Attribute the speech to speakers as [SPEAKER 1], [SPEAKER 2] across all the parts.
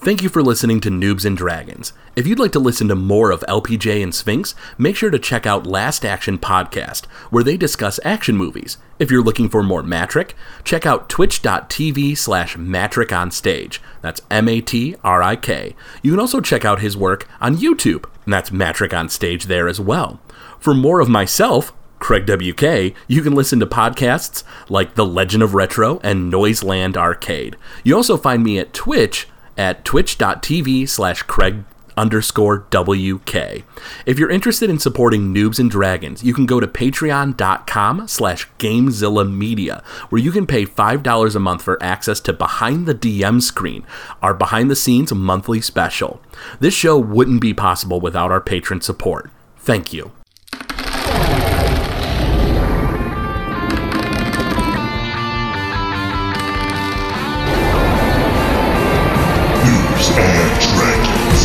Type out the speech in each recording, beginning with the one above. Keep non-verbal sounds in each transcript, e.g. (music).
[SPEAKER 1] Thank you for listening to Noobs and Dragons. If you'd like to listen to more of LPJ and Sphinx, make sure to check out Last Action Podcast, where they discuss action movies. If you're looking for more Matric, check out twitch.tv slash Matric on stage. That's M A T R I K. You can also check out his work on YouTube, and that's Matric on stage there as well. For more of myself, Craig WK, you can listen to podcasts like The Legend of Retro and Noiseland Arcade. You also find me at Twitch at twitch.tv slash Craig underscore WK. If you're interested in supporting Noobs and Dragons, you can go to patreon.com slash Gamezilla Media, where you can pay $5 a month for access to Behind the DM Screen, our behind-the-scenes monthly special. This show wouldn't be possible without our patron support. Thank you.
[SPEAKER 2] Noobs and Dragons.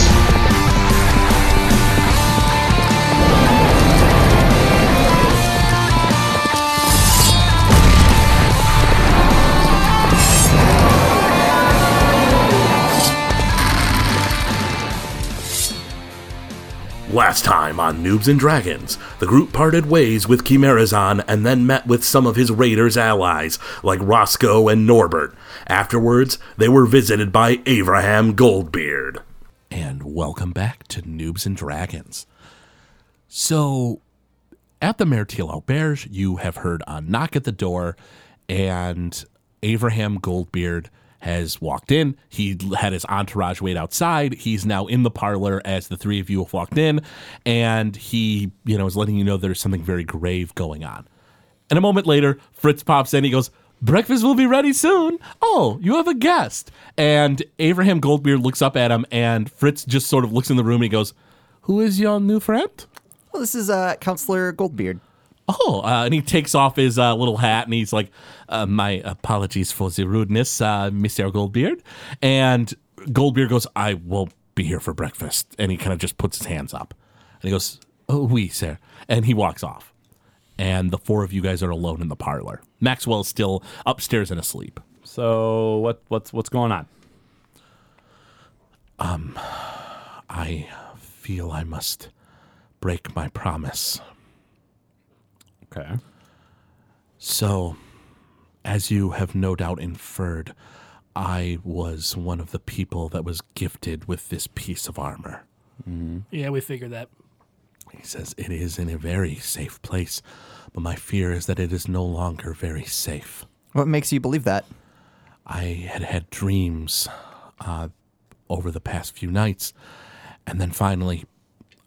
[SPEAKER 1] Last time on Noobs and Dragons, the group parted ways with Chimerazon and then met with some of his raiders' allies, like Roscoe and Norbert. Afterwards, they were visited by Abraham Goldbeard. And welcome back to Noobs and Dragons. So, at the Mertil Auberge, you have heard a knock at the door, and Abraham Goldbeard has walked in. He had his entourage wait outside. He's now in the parlor as the three of you have walked in, and he, you know, is letting you know there's something very grave going on. And a moment later, Fritz pops in. He goes, Breakfast will be ready soon. Oh, you have a guest. And Abraham Goldbeard looks up at him, and Fritz just sort of looks in the room and he goes, Who is your new friend?
[SPEAKER 3] Well, this is uh, Counselor Goldbeard.
[SPEAKER 1] oh, uh, and he takes off his uh, little hat and he's like, uh, my apologies for the rudeness, uh, Mr. Goldbeard. And Goldbeard goes, I won't be here for breakfast. And he kind of just puts his hands up. And he goes, oh, oui, sir. And he walks off. And the four of you guys are alone in the parlor. Maxwell's still upstairs and asleep.
[SPEAKER 4] So what what's what's going on?
[SPEAKER 1] I feel I must break my promise.
[SPEAKER 4] Okay.
[SPEAKER 1] So, as you have no doubt inferred, I was one of the people that was gifted with this piece of armor.
[SPEAKER 5] Yeah, we figured that.
[SPEAKER 1] He says it is in a very safe place, but my fear is that it is no longer very safe.
[SPEAKER 3] What makes you believe that?
[SPEAKER 1] I had had dreams uh, over the past few nights, and then finally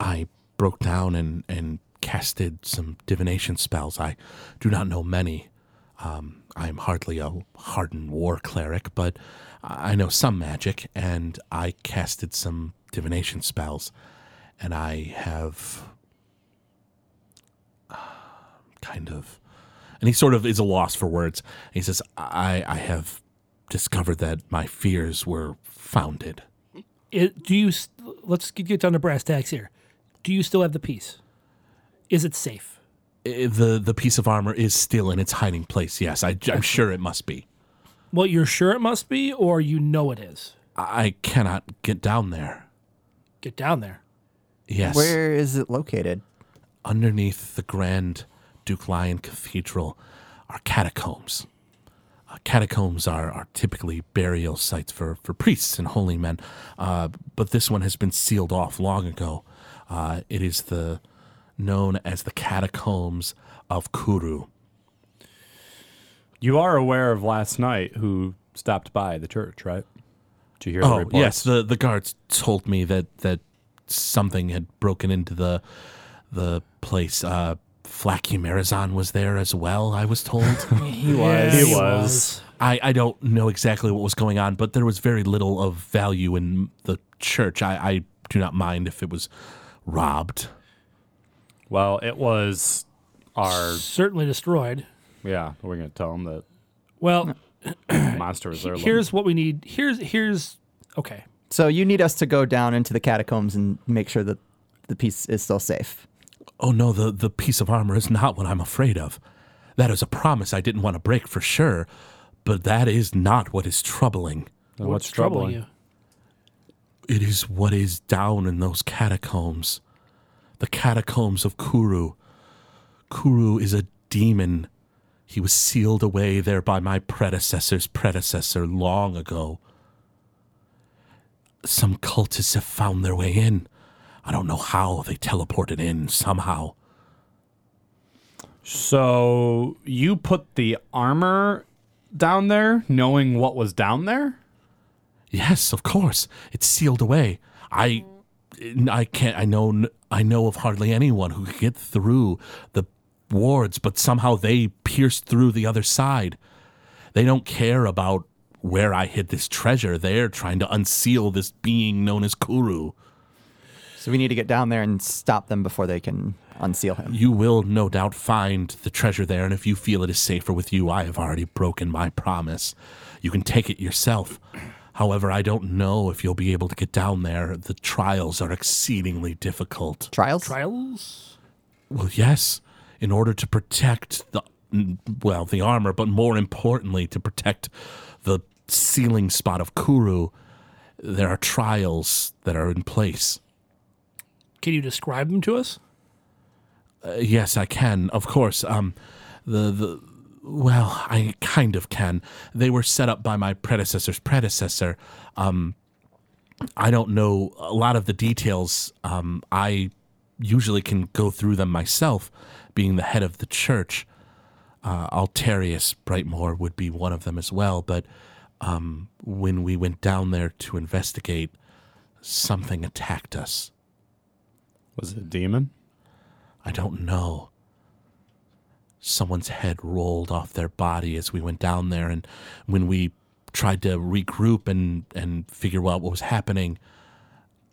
[SPEAKER 1] I broke down and, and casted some divination spells. I do not know many. Um, I am hardly a hardened war cleric, but I know some magic, and I casted some divination spells, and I have uh, kind of and he sort of is a loss for words he says i i have discovered that my fears were founded
[SPEAKER 5] It, do you? s- Let's get get down to brass tacks here. Do you still have the piece? Is it safe?
[SPEAKER 1] I- the the piece of armor is still in its hiding place yes I, am sure it must be
[SPEAKER 5] Well, you're sure it must be, or you know it is.
[SPEAKER 1] i cannot get down there
[SPEAKER 5] Get down there.
[SPEAKER 1] yes
[SPEAKER 3] Where is it located?
[SPEAKER 1] underneath the grand duke lion cathedral are catacombs uh, catacombs are, are typically burial sites for, for priests and holy men uh, but this one has been sealed off long ago uh, it is the known as the catacombs of kuru
[SPEAKER 4] You are aware of last night who stopped by the church, right? Did you hear the
[SPEAKER 1] Oh
[SPEAKER 4] report?
[SPEAKER 1] yes, the the guards told me that that something had broken into the the place. Uh, Flaky Marizan was there as well. I was told.
[SPEAKER 4] He was.
[SPEAKER 5] Yeah,
[SPEAKER 4] He was.
[SPEAKER 1] I I don't know exactly what was going on, but there was very little of value in the church. I I do not mind if it was robbed.
[SPEAKER 4] Well, it was our
[SPEAKER 5] Certainly destroyed.
[SPEAKER 4] yeah. We're gonna tell him that
[SPEAKER 5] Well,
[SPEAKER 4] (clears throat) the monster was there.
[SPEAKER 5] here's what we need. Here's here's okay.
[SPEAKER 3] So you need us to go down into the catacombs and make sure that the piece is still safe.
[SPEAKER 1] Oh no, the the piece of armor is not what I'm afraid of. That is a promise I didn't want to break for sure, but that is not what is troubling.
[SPEAKER 4] Then what's troubling
[SPEAKER 5] you?
[SPEAKER 6] It is what is down in those catacombs. The catacombs of Kuru. Kuru is a demon. He was sealed away there by my predecessor's predecessor long ago. Some cultists have found their way in. I don't know how they teleported in somehow.
[SPEAKER 4] So you put the armor down there, knowing what was down there.
[SPEAKER 6] Yes, of course. It's sealed away. I I can't I know I know of hardly anyone who could get through the wards, but somehow they pierced through the other side. They don't care about where I hid this treasure. They're trying to unseal this being known as Kuru.
[SPEAKER 3] So we need to get down there and stop them before they can unseal him.
[SPEAKER 6] You will no doubt find the treasure there, and if you feel it is safer with you, I have already broken my promise. You can take it yourself. However, I don't know if you'll be able to get down there. The trials are exceedingly difficult.
[SPEAKER 3] Trials?
[SPEAKER 5] Trials?
[SPEAKER 6] Well, yes, in order to protect the well, the armor, but more importantly, to protect the sealing spot of Kuru, there are trials that are in place.
[SPEAKER 5] Can you describe them to us?
[SPEAKER 6] Uh, yes, I can. Of course, um, the the well, I kind of can. They were set up by my predecessor's predecessor. Um, I don't know a lot of the details. Um, I usually can go through them myself, being the head of the church. Uh, Altarius Brightmore would be one of them as well. But um, when we went down there to investigate, something attacked us.
[SPEAKER 4] Was it a demon?
[SPEAKER 6] I don't know. Someone's head rolled off their body as we went down there, and when we tried to regroup and, and figure out what was happening,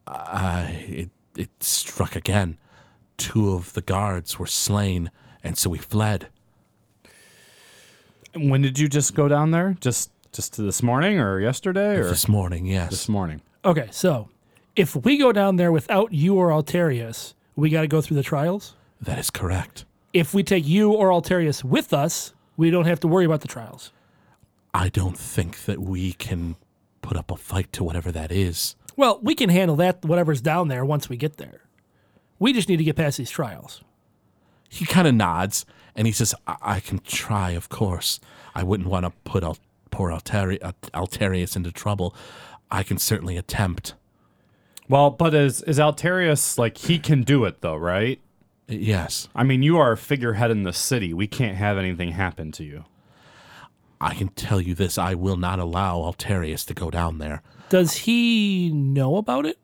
[SPEAKER 6] uh, it it struck again. Two of the guards were slain, and so we fled.
[SPEAKER 4] And When did you just go down there? Just just to this morning or yesterday or
[SPEAKER 6] This morning, yes.
[SPEAKER 4] this morning?
[SPEAKER 5] Okay, so if we go down there without you or Altarius, we got to go through the trials.
[SPEAKER 6] that is correct.
[SPEAKER 5] If we take you or Altarius with us, we don't have to worry about the trials.
[SPEAKER 6] I don't think that we can put up a fight to whatever that is.
[SPEAKER 5] Well, we can handle that, whatever's down there, once we get there. We just need to get past these trials.
[SPEAKER 6] He kind of nods and he says, I-, I can try, of course. I wouldn't want to put Al- poor Altari- Alt- Altarius into trouble. I can certainly attempt.
[SPEAKER 4] Well, but is is Altarius like he can do it though, right?
[SPEAKER 6] Yes,
[SPEAKER 4] I mean, you are a figurehead in the city. We can't have anything happen to you.
[SPEAKER 6] I can tell you this I will not allow Altarius to go down there.
[SPEAKER 5] Does he know about it?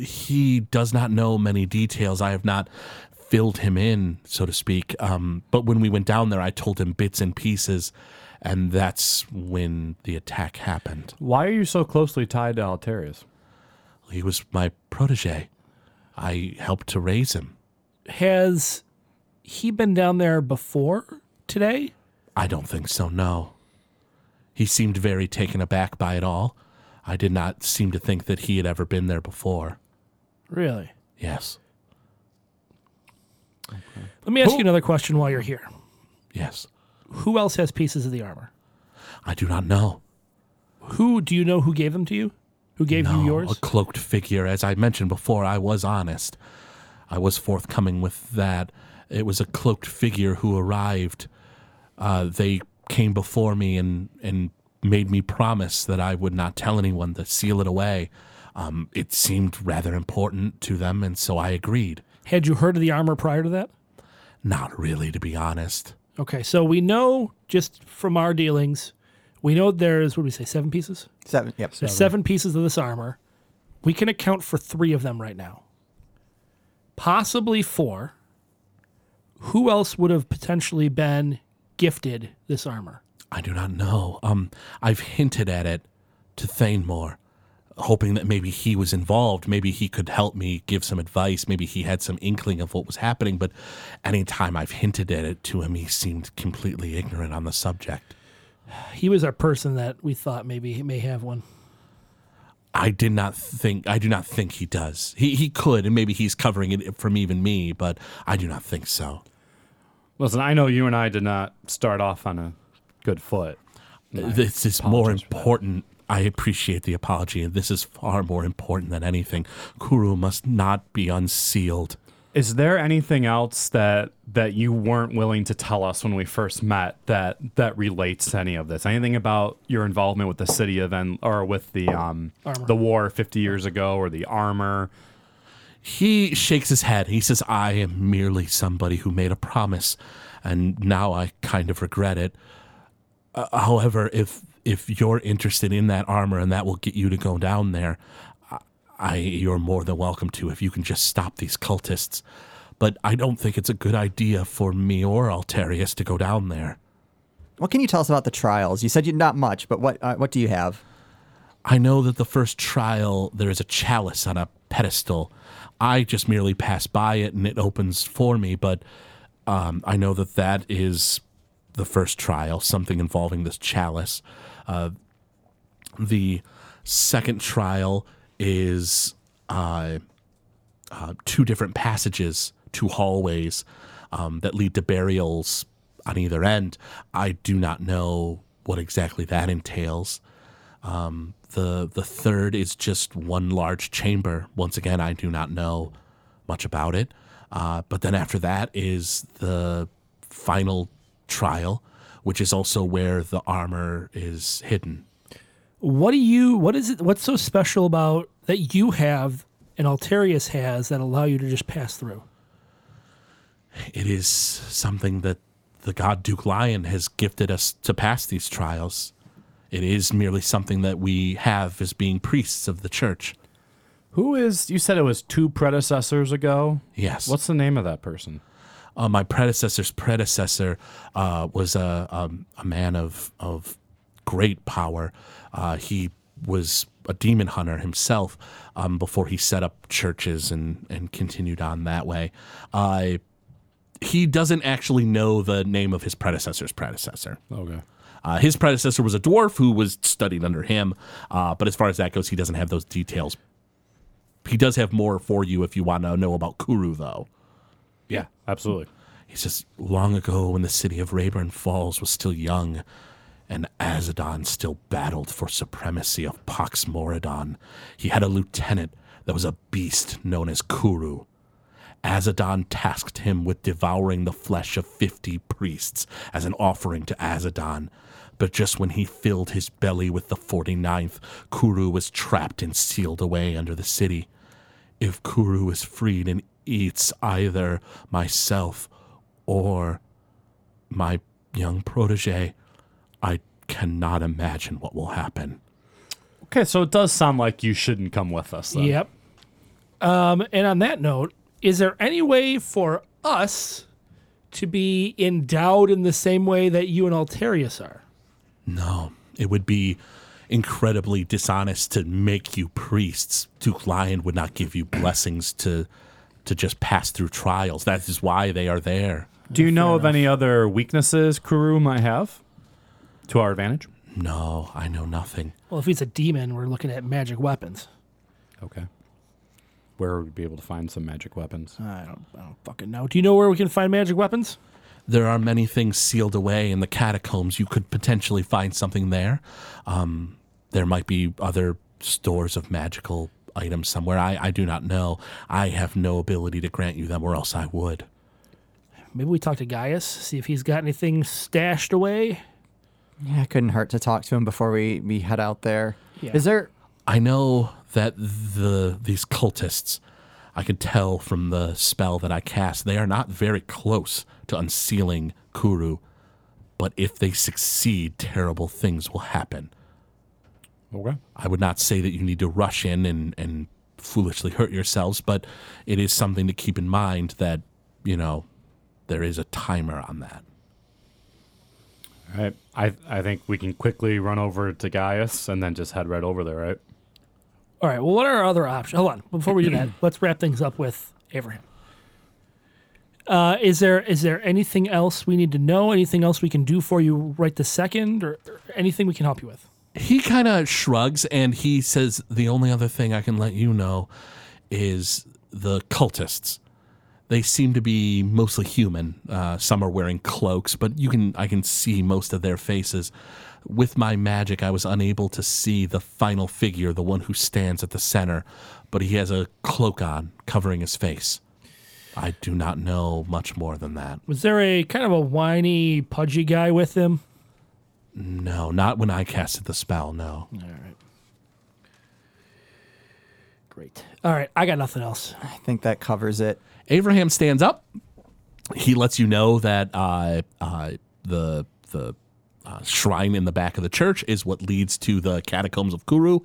[SPEAKER 6] he does not know many details. I have not filled him in, so to speak. Um, but when we went down there, I told him bits and pieces, and that's when the attack happened.
[SPEAKER 4] Why are you so closely tied to Altarius?
[SPEAKER 6] He was my protege. I helped to raise him.
[SPEAKER 5] Has he been down there before today?
[SPEAKER 6] I don't think so, no. He seemed very taken aback by it all. I did not seem to think that he had ever been there before.
[SPEAKER 5] Really?
[SPEAKER 6] Yes,
[SPEAKER 5] Let me ask you another question while you're here.
[SPEAKER 6] yes.
[SPEAKER 5] Who else has pieces of the armor?
[SPEAKER 6] I do not know.
[SPEAKER 5] Who do you know who gave them to you? Who gave
[SPEAKER 6] No,
[SPEAKER 5] you yours?
[SPEAKER 6] A cloaked figure. As I mentioned before, I was honest. I was forthcoming with that. It was a cloaked figure who arrived. Uh, they came before me and, and made me promise that I would not tell anyone to seal it away. Um, it seemed rather important to them, and so I agreed.
[SPEAKER 5] Had you heard of the armor prior to that?
[SPEAKER 6] Not really, to be honest.
[SPEAKER 5] Okay, so we know just from our dealings, we know there's what do we say, seven pieces?
[SPEAKER 3] Seven. Yep.
[SPEAKER 5] There's seven pieces of this armor. We can account for three of them right now. Possibly four. Who else would have potentially been gifted this armor?
[SPEAKER 6] I do not know. Um, I've hinted at it to Thanemore, hoping that maybe he was involved. Maybe he could help me give some advice. Maybe he had some inkling of what was happening. But anytime I've hinted at it to him, he seemed completely ignorant on the subject.
[SPEAKER 5] He was our person that we thought maybe he may have one.
[SPEAKER 6] I did not think. I do not think he does. He he could, and maybe he's covering it from even me. But I do not think so.
[SPEAKER 4] Listen, I know you and I did not start off on a good foot.
[SPEAKER 6] this is more important I appreciate the apology, and this is far more important than anything. Kuru must not be unsealed.
[SPEAKER 4] Is there anything else that that you weren't willing to tell us when we first met that that relates to any of this? Anything about your involvement with the city of En- or with the um
[SPEAKER 5] Armor.
[SPEAKER 4] the war 50 years ago or the armor?
[SPEAKER 6] He shakes his head. He says, I am merely somebody who made a promise, and now I kind of regret it. Uh, however, if if you're interested in that armor and that will get you to go down there, I, I you're more than welcome to if you can just stop these cultists. But I don't think it's a good idea for me or Altarius to go down there.
[SPEAKER 3] What can you tell us about the trials? You said you not much, but what uh, what do you have?
[SPEAKER 6] I know that the first trial, there is a chalice on a pedestal. I just merely pass by it and it opens for me, but um, I know that that is the first trial, something involving this chalice. Uh, the second trial is uh, uh, two different passages, two hallways um, that lead to burials on either end. I do not know what exactly that entails the the third is just one large chamber. Once again, I do not know much about it. Uh, but then after that is the final trial, which is also where the armor is hidden.
[SPEAKER 5] What do you? What is it? What's so special about that you have and Altarius has that allow you to just pass through?
[SPEAKER 6] It is something that the god Duke Lion has gifted us to pass these trials. It is merely something that we have as being priests of the church.
[SPEAKER 4] Who is you said it was two predecessors ago?
[SPEAKER 6] Yes.
[SPEAKER 4] What's the name of that person?
[SPEAKER 6] uh, my predecessor's predecessor uh, was a, um, a man of of great power. Uh, he was a demon hunter himself um, before he set up churches and and continued on that way. Uh, he doesn't actually know the name of his predecessor's predecessor.
[SPEAKER 4] Okay.
[SPEAKER 6] Uh, his predecessor was a dwarf who was studied under him, uh, but as far as that goes, he doesn't have those details. He does have more for you if you want to know about Kuru, though.
[SPEAKER 4] Yeah, absolutely.
[SPEAKER 6] He says, Long ago, when the city of Rayburn Falls was still young, and Azadon still battled for supremacy of Pax Moradon, he had a lieutenant that was a beast known as Kuru. Azadon tasked him with devouring the flesh of fifty priests as an offering to Azadon. But just when he filled his belly with the forty-ninth, Kuru was trapped and sealed away under the city. If Kuru is freed and eats either myself or my young protege, I cannot imagine what will happen.
[SPEAKER 4] Okay, so it does sound like you shouldn't come with us then.
[SPEAKER 5] Yep. Um, and on that note, is there any way for us to be endowed in the same way that you and Altarius are?
[SPEAKER 6] No, it would be incredibly dishonest to make you priests. Duke Lion would not (clears throat) give you blessings to to just pass through trials. That is why they are there.
[SPEAKER 4] Do you know of any other weaknesses Kuru might have to our advantage?
[SPEAKER 6] No, I know nothing.
[SPEAKER 5] Well, if he's a demon, we're looking at magic weapons.
[SPEAKER 4] Okay. Where would we be able to find some magic weapons?
[SPEAKER 5] I don't, I don't fucking know. Do you know where we can find magic weapons?
[SPEAKER 6] there are many things sealed away in the catacombs. You could potentially find something there. Um, there might be other stores of magical items somewhere. I, I do not know. I have no ability to grant you them, or else I would.
[SPEAKER 5] Maybe we talk to Gaius, see if he's got anything stashed away.
[SPEAKER 3] Yeah, it couldn't hurt to talk to him before we, we head out there. Is
[SPEAKER 5] Yeah.
[SPEAKER 3] there?
[SPEAKER 6] I know that the these cultists, I could tell from the spell that I cast, they are not very close to unsealing Kuru. But if they succeed, terrible things will happen.
[SPEAKER 4] Okay.
[SPEAKER 6] I would not say that you need to rush in and, and foolishly hurt yourselves, but it is something to keep in mind that, you know, there is a timer on that.
[SPEAKER 4] All right. I I think we can quickly run over to Gaius and then just head right over there, right?
[SPEAKER 5] All right. Well, what are our other options? Hold on. Before we do that, let's wrap things up with Abraham. Uh, is there is there anything else we need to know? Anything else we can do for you right this second, or, or anything we can help you with?
[SPEAKER 6] He kind of shrugs and he says, The only other thing I can let you know is the cultists. They seem to be mostly human. Uh, some are wearing cloaks, but you can I can see most of their faces. With my magic, I was unable to see the final figure, the one who stands at the center, but he has a cloak on covering his face. I do not know much more than that.
[SPEAKER 5] Was there a kind of a whiny, pudgy guy with him?
[SPEAKER 6] No, not when I casted the spell. No.
[SPEAKER 5] Great. All right, I got nothing else.
[SPEAKER 3] I think that covers it.
[SPEAKER 6] Abraham stands up. He lets you know that uh, uh, the the uh, shrine in the back of the church is what leads to the catacombs of Kuru,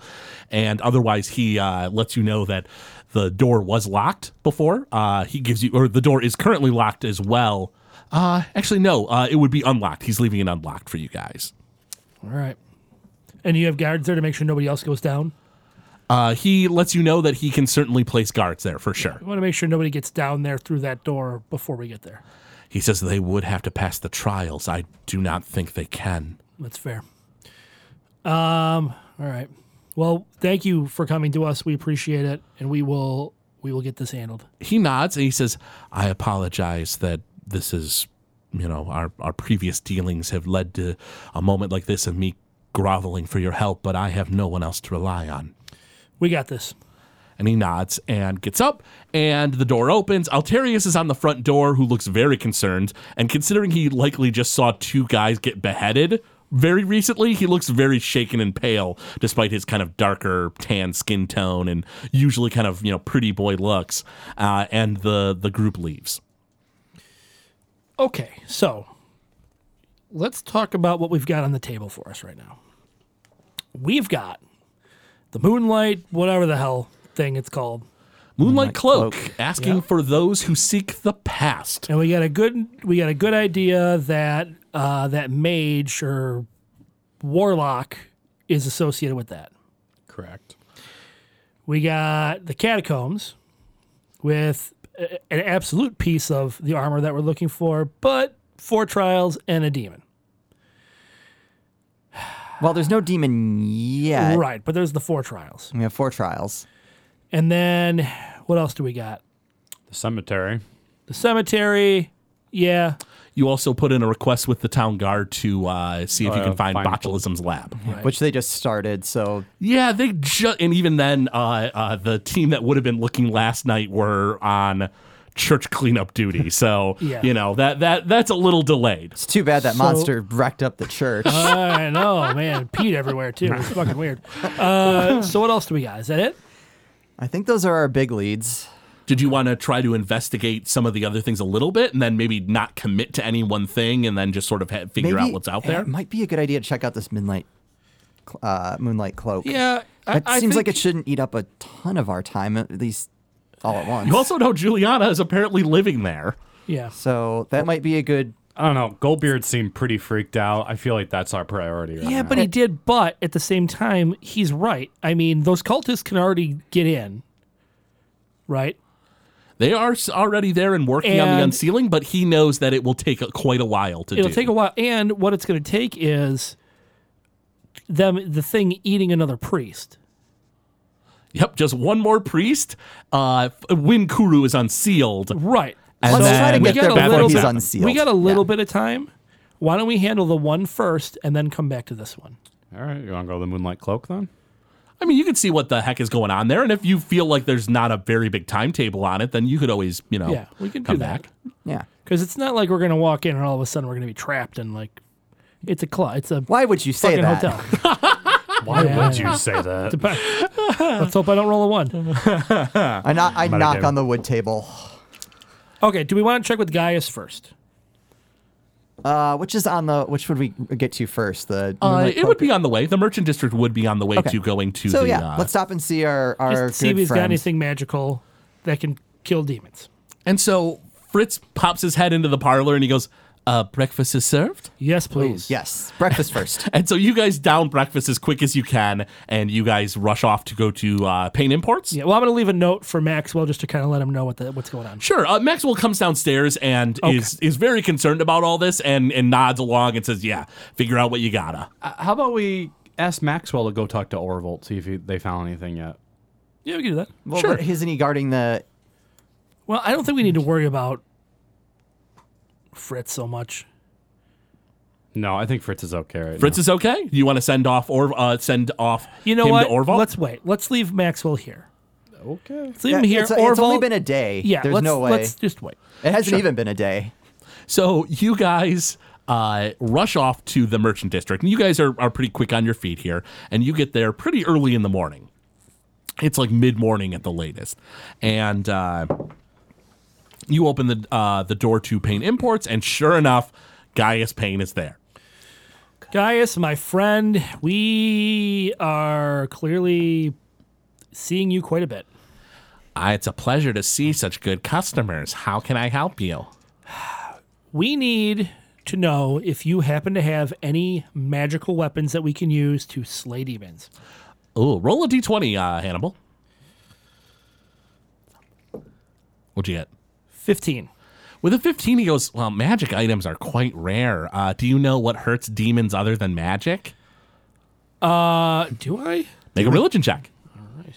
[SPEAKER 6] and otherwise he uh, lets you know that the door was locked before. Uh, he gives you, or the door is currently locked as well. Uh, actually, no, uh, it would be unlocked. He's leaving it unlocked for you guys.
[SPEAKER 5] All right. And you have guards there to make sure nobody else goes down.
[SPEAKER 6] Uh, he lets you know that he can certainly place guards there for sure.
[SPEAKER 5] We want to make sure nobody gets down there through that door before we get there.
[SPEAKER 6] He says they would have to pass the trials. I do not think they can.
[SPEAKER 5] That's fair. Um. All right. Well, thank you for coming to us. We appreciate it, and we will we will get this handled.
[SPEAKER 6] he nods and he says, I apologize that this is, you know, our, our previous dealings have led to a moment like this of me groveling for your help, but I have no one else to rely on.
[SPEAKER 5] We got this.
[SPEAKER 6] And he nods and gets up, and the door opens. Alterius is on the front door, who looks very concerned. And considering he likely just saw two guys get beheaded very recently, he looks very shaken and pale, despite his kind of darker tan skin tone and usually kind of you know pretty boy looks. Uh, and the the group leaves.
[SPEAKER 5] Okay. So let's talk about what we've got on the table for us right now. We've got the moonlight, whatever the hell thing it's called.
[SPEAKER 6] Moonlight, Cloak,
[SPEAKER 3] Cloak.
[SPEAKER 6] asking
[SPEAKER 5] Yeah.
[SPEAKER 6] for those who seek the past.
[SPEAKER 5] and we got a good we got a good idea that uh, that mage or warlock is associated with that.
[SPEAKER 4] Correct.
[SPEAKER 5] We got the catacombs with a- an absolute piece of the armor that we're looking for, but four trials and a demon.
[SPEAKER 3] Well, there's no demon yet.
[SPEAKER 5] right, but there's the four trials,
[SPEAKER 3] We have four trials.
[SPEAKER 5] and then what else do we got?
[SPEAKER 4] The cemetery.
[SPEAKER 5] The cemetery. Yeah,
[SPEAKER 6] You also put in a request with the town guard to uh, see if you
[SPEAKER 4] Uh,
[SPEAKER 6] can find,
[SPEAKER 4] find-
[SPEAKER 6] botulism's lab.
[SPEAKER 3] Which they just started, so
[SPEAKER 6] Yeah, they ju- and even then, uh, uh, the team that would have been looking last night were on church
[SPEAKER 5] (laughs)
[SPEAKER 6] cleanup duty. So
[SPEAKER 5] Yeah.
[SPEAKER 6] you know that that that's a little delayed.
[SPEAKER 3] it's too bad that
[SPEAKER 5] So- Uh,
[SPEAKER 3] monster wrecked up the church.
[SPEAKER 5] I know, (laughs) man. Pete everywhere too. It's fucking weird. Uh, so what else do we got? Is that it?
[SPEAKER 3] I think those are our big leads.
[SPEAKER 6] Did you want to try to investigate some of the other things a little bit, and then maybe not commit to any one thing, and then just sort of ha- figure out what's out
[SPEAKER 3] yeah,
[SPEAKER 6] there?
[SPEAKER 3] It might be a good idea to check out this midnight, cl- uh, moonlight cloak.
[SPEAKER 6] Yeah, I-
[SPEAKER 3] That
[SPEAKER 6] I
[SPEAKER 3] seems like
[SPEAKER 6] think-
[SPEAKER 3] it shouldn't eat up a ton of our time, at least all at once.
[SPEAKER 6] (laughs) You also know Juliana is apparently living there.
[SPEAKER 5] Yeah.
[SPEAKER 3] so that might be a good.
[SPEAKER 4] I don't know. Goldbeard seemed pretty freaked out. I feel like that's our priority. Right
[SPEAKER 5] Yeah,
[SPEAKER 4] now.
[SPEAKER 5] but he did. But at the same time, he's right. I mean, those cultists can already get in, right?
[SPEAKER 6] They are s- already there and working on the
[SPEAKER 5] And-
[SPEAKER 6] unsealing, but he knows that it will take a, quite a while to
[SPEAKER 5] It'll
[SPEAKER 6] do.
[SPEAKER 5] take a while, and what it's going to take is them the thing eating another priest.
[SPEAKER 6] yep, just one more priest. Uh, f- when Kuru is unsealed,
[SPEAKER 5] Right.
[SPEAKER 6] And
[SPEAKER 3] Let's try to
[SPEAKER 6] then-
[SPEAKER 5] we
[SPEAKER 3] get
[SPEAKER 5] got
[SPEAKER 3] there
[SPEAKER 5] a
[SPEAKER 6] before
[SPEAKER 5] little
[SPEAKER 3] he's
[SPEAKER 5] bit-
[SPEAKER 3] unsealed.
[SPEAKER 5] We got a little
[SPEAKER 3] Yeah.
[SPEAKER 5] bit of time. Why don't we handle the one first and then come back to this one?
[SPEAKER 4] All right, you want to go to the Moonlight Cloak then?
[SPEAKER 6] I mean, you can see what the heck is going on there, and if you feel like there's not a very big timetable on it, then you could always, you
[SPEAKER 3] Oh.
[SPEAKER 6] know,
[SPEAKER 5] Yeah, we can
[SPEAKER 6] come
[SPEAKER 5] do that.
[SPEAKER 6] back.
[SPEAKER 3] Yeah.
[SPEAKER 5] Because it's not like we're going to walk in and all of a sudden we're going to be trapped in like it's a club. It's a
[SPEAKER 3] Why would you say
[SPEAKER 5] fucking
[SPEAKER 3] that?
[SPEAKER 5] hotel.
[SPEAKER 3] (laughs)
[SPEAKER 4] Why
[SPEAKER 5] Yeah.
[SPEAKER 4] would you (laughs) say that?
[SPEAKER 5] Let's hope I don't roll a one.
[SPEAKER 3] I, knock, I
[SPEAKER 4] Might
[SPEAKER 3] knock
[SPEAKER 4] again.
[SPEAKER 3] on the wood table,
[SPEAKER 5] Okay, do we want to check with Gaius first?
[SPEAKER 3] uh, which is on the. Which would we get to first? The
[SPEAKER 6] Uh,
[SPEAKER 3] moonlight
[SPEAKER 6] it would
[SPEAKER 3] cloak?
[SPEAKER 6] be on the way. The merchant district would be on the way
[SPEAKER 3] Okay.
[SPEAKER 6] to going to
[SPEAKER 3] So
[SPEAKER 6] the.
[SPEAKER 3] yeah,
[SPEAKER 6] uh,
[SPEAKER 3] let's stop and see our our
[SPEAKER 5] Just see if
[SPEAKER 3] good
[SPEAKER 5] he's got
[SPEAKER 3] friend.
[SPEAKER 5] anything magical that can kill demons.
[SPEAKER 6] and so Fritz pops his head into the parlor and he goes, uh, "Breakfast is served."
[SPEAKER 5] Yes, please.
[SPEAKER 3] Yes, breakfast
[SPEAKER 6] (laughs)
[SPEAKER 3] first.
[SPEAKER 6] And so you guys down breakfast as quick as you can, and you guys rush off to go to uh, Pain Imports.
[SPEAKER 5] Yeah, well, I'm going to leave a note for Maxwell just to kind of let him know what the, what's going on.
[SPEAKER 6] Sure. Uh, Maxwell comes downstairs and is is very concerned about all this, and and nods along and says, "Yeah, figure out what you gotta."
[SPEAKER 4] uh, How about we ask Maxwell to go talk to Orvolt, see if he, they found anything yet?
[SPEAKER 5] Yeah, we can do that.
[SPEAKER 3] Well,
[SPEAKER 6] Sure.
[SPEAKER 3] but isn't he guarding the
[SPEAKER 5] Well, I don't think we need to worry about Fritz so much.
[SPEAKER 4] No, I think Fritz is okay right
[SPEAKER 6] Fritz is okay. You want to send off or uh, send off
[SPEAKER 5] You know
[SPEAKER 6] him
[SPEAKER 5] what?
[SPEAKER 6] to Orval?
[SPEAKER 5] Let's wait. Let's leave Maxwell here.
[SPEAKER 4] Okay.
[SPEAKER 5] Let's leave him here.
[SPEAKER 3] it's, it's only
[SPEAKER 5] Orville-
[SPEAKER 3] been a day.
[SPEAKER 5] yeah.
[SPEAKER 3] There's
[SPEAKER 5] let's,
[SPEAKER 3] no way.
[SPEAKER 5] Let's just wait.
[SPEAKER 3] it hasn't even been a day.
[SPEAKER 6] So you guys uh, rush off to the merchant district, and you guys are, are pretty quick on your feet here, and you get there pretty early in the morning. It's like mid morning at the latest, and uh, you open the uh, the door to Payne Imports, and sure enough, Gaius Payne is there.
[SPEAKER 5] Gaius, my friend, we are clearly seeing you quite a bit.
[SPEAKER 6] Ah, it's a pleasure to see such good customers. How can I help you?
[SPEAKER 5] We need to know if you happen to have any magical weapons that we can use to slay demons.
[SPEAKER 6] Oh, roll a d20, uh, Hannibal. What'd you get?
[SPEAKER 5] 15.
[SPEAKER 6] With a 15, he goes, Well, magic items are quite rare. Uh, do you know what hurts demons other than magic?
[SPEAKER 5] Uh, do I?
[SPEAKER 6] Make a religion check. All right.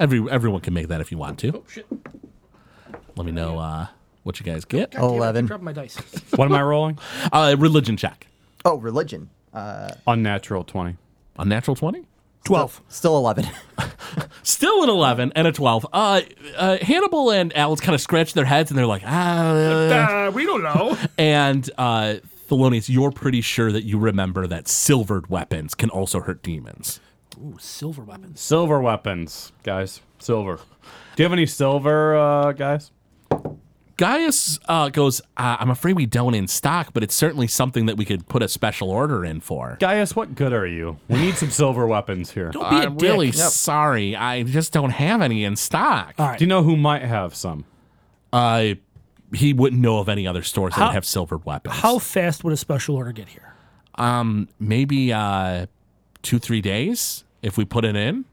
[SPEAKER 6] Every, everyone can make that if you want to.
[SPEAKER 5] Shit.
[SPEAKER 6] Let me know uh, what you guys get.
[SPEAKER 5] God damn it,
[SPEAKER 3] Eleven.
[SPEAKER 5] Drop my dice.
[SPEAKER 4] What am I rolling?
[SPEAKER 6] Uh, religion check.
[SPEAKER 3] Oh, religion.
[SPEAKER 4] Unnatural 20.
[SPEAKER 6] Unnatural 20?
[SPEAKER 5] 12.
[SPEAKER 3] Still eleven. (laughs)
[SPEAKER 6] Still an 11 and a 12. Uh, uh, Hannibal and Alex kind of scratch their heads and they're like, ah.
[SPEAKER 5] Uh, we don't know.
[SPEAKER 6] (laughs) And uh, Thelonious, you're pretty sure that you remember that silvered weapons can also hurt demons.
[SPEAKER 5] Ooh, silver weapons.
[SPEAKER 4] Silver weapons, guys. Silver. Do you have any silver, uh, guys?
[SPEAKER 6] Gaius uh, goes, uh, I'm afraid we don't in stock, but it's certainly something that we could put a special order in for.
[SPEAKER 4] Gaius, what good are you? We need some silver weapons here. Do
[SPEAKER 5] Don't be a
[SPEAKER 6] I'm
[SPEAKER 5] dick.
[SPEAKER 6] really sorry. I just don't have any in stock.
[SPEAKER 5] All right.
[SPEAKER 4] you know who might have some?
[SPEAKER 6] Uh, he wouldn't know of any other stores that
[SPEAKER 5] How-
[SPEAKER 6] would have silvered weapons.
[SPEAKER 5] How fast would a special order get here?
[SPEAKER 6] Maybe uh, two, three days if we put it in.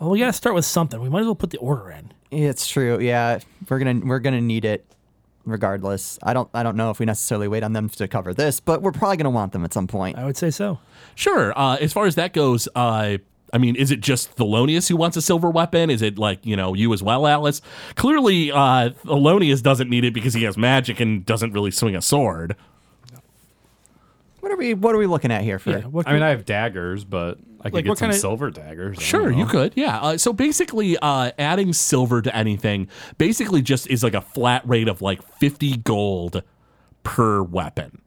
[SPEAKER 5] Well, we got to start with something. We might as well put the order in.
[SPEAKER 3] it's true. Yeah, we're gonna we're gonna need it regardless. I don't I don't know if we necessarily wait on them to cover this, but we're probably gonna want them at some point.
[SPEAKER 5] I would say so.
[SPEAKER 6] Sure. Uh, as far as that goes, uh, I mean, is it just Thelonious who wants a silver weapon? Is it like, you know, you as well, Alice? Clearly, uh, Thelonious doesn't need it because he has magic and doesn't really swing a sword.
[SPEAKER 3] What are we What are we looking at here for?
[SPEAKER 5] Yeah. What,
[SPEAKER 4] I mean, I have daggers, but I could
[SPEAKER 5] Like,
[SPEAKER 4] get
[SPEAKER 5] what
[SPEAKER 4] some
[SPEAKER 5] kinda-
[SPEAKER 4] silver daggers. I don't
[SPEAKER 6] Sure,
[SPEAKER 5] Uh-huh.
[SPEAKER 6] you
[SPEAKER 4] know.
[SPEAKER 6] could. Yeah. Uh, so basically, uh, adding silver to anything basically just is like a flat rate of like 50 gold per weapon.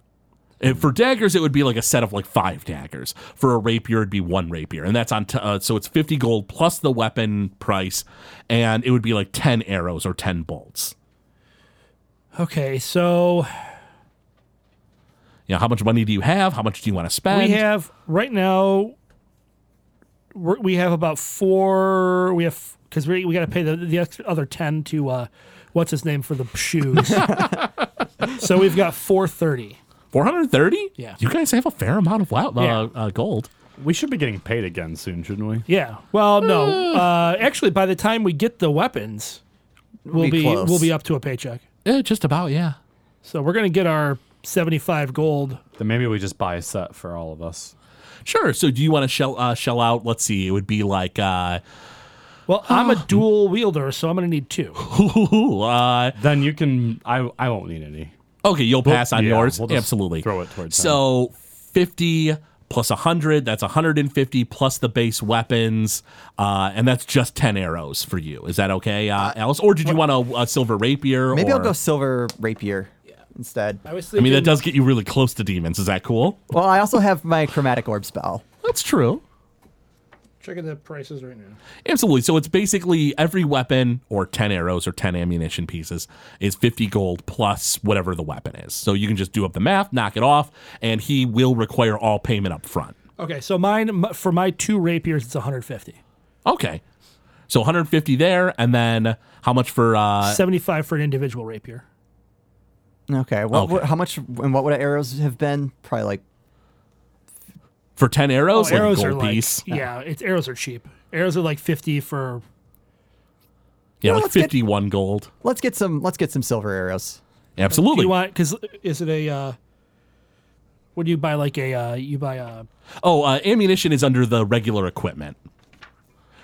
[SPEAKER 6] And
[SPEAKER 5] Hmm.
[SPEAKER 6] for daggers, it would be like a set of like five daggers. For a rapier, it'd be one rapier, and that's on. T- uh, so it's fifty gold plus the weapon price, and it would be like ten arrows or ten bolts.
[SPEAKER 5] okay, so
[SPEAKER 6] You know, how much money do you have? How much do you want to spend?
[SPEAKER 5] we have right now. We're, we have about four. We have because we we got to pay the the ex- other ten to uh, what's his name for the shoes. so we've got four thirty.
[SPEAKER 6] four hundred thirty.
[SPEAKER 5] Yeah.
[SPEAKER 6] you guys have a fair amount of wow, uh,
[SPEAKER 5] Yeah.
[SPEAKER 6] uh, gold.
[SPEAKER 4] We should be getting paid again soon, shouldn't we?
[SPEAKER 5] Yeah. Well, no. Uh, actually, by the time we get the weapons, we'll
[SPEAKER 3] be
[SPEAKER 5] be
[SPEAKER 3] close.
[SPEAKER 5] we'll be up to a paycheck.
[SPEAKER 6] Yeah, Eh, just about. Yeah.
[SPEAKER 5] So we're gonna get our seventy five gold.
[SPEAKER 4] Then maybe we just buy a set for all of us.
[SPEAKER 6] Sure. So do you want to shell uh, shell out? Let's see. It would be like uh, (laughs)
[SPEAKER 5] Well, (gasps) I'm a dual wielder, so I'm gonna need two.
[SPEAKER 6] uh
[SPEAKER 4] Then you can. I I won't need any.
[SPEAKER 6] okay, you'll pass on
[SPEAKER 4] yeah,
[SPEAKER 6] yours.
[SPEAKER 4] we'll just
[SPEAKER 6] Absolutely.
[SPEAKER 4] throw it towards
[SPEAKER 6] So 50 plus 100, that's 150 plus the base weapons uh and that's just 10 arrows for you. Is that okay? Uh, Alice or did you want a, a silver rapier
[SPEAKER 3] Maybe I'll
[SPEAKER 6] or-
[SPEAKER 3] go silver rapier instead.
[SPEAKER 5] (sighs) I was
[SPEAKER 6] I mean that
[SPEAKER 5] thinking-
[SPEAKER 6] does get you really close to demons. Is that cool?
[SPEAKER 3] Well, I also have my chromatic orb spell.
[SPEAKER 6] That's true.
[SPEAKER 5] Checking the prices right now.
[SPEAKER 6] Absolutely. So it's basically every weapon or 10 arrows or 10 ammunition pieces is 50 gold plus whatever the weapon is. So you can just do up the math, knock it off, and he will require all payment up front.
[SPEAKER 5] Okay, so mine m- for my two rapiers, it's 150.
[SPEAKER 6] Okay. So 150 there, and then how much for uh
[SPEAKER 5] 75 for an individual rapier.
[SPEAKER 3] Okay. Well,
[SPEAKER 6] Okay.
[SPEAKER 3] what- how much and what would arrows have been? Probably like
[SPEAKER 6] for 10 arrows? Oh, like
[SPEAKER 5] Oh, arrows
[SPEAKER 6] gold
[SPEAKER 5] are like,
[SPEAKER 6] piece.
[SPEAKER 5] yeah, it's arrows are cheap. Arrows are like 50 for.
[SPEAKER 6] Yeah,
[SPEAKER 3] Well,
[SPEAKER 6] like
[SPEAKER 3] let's get-
[SPEAKER 6] 51 gold.
[SPEAKER 3] let's get some let's get some silver arrows.
[SPEAKER 5] Do
[SPEAKER 6] Absolutely.
[SPEAKER 5] you want? Because is it a? Uh, what do you buy? Like a uh, you buy a
[SPEAKER 6] oh, uh, ammunition is under the regular equipment.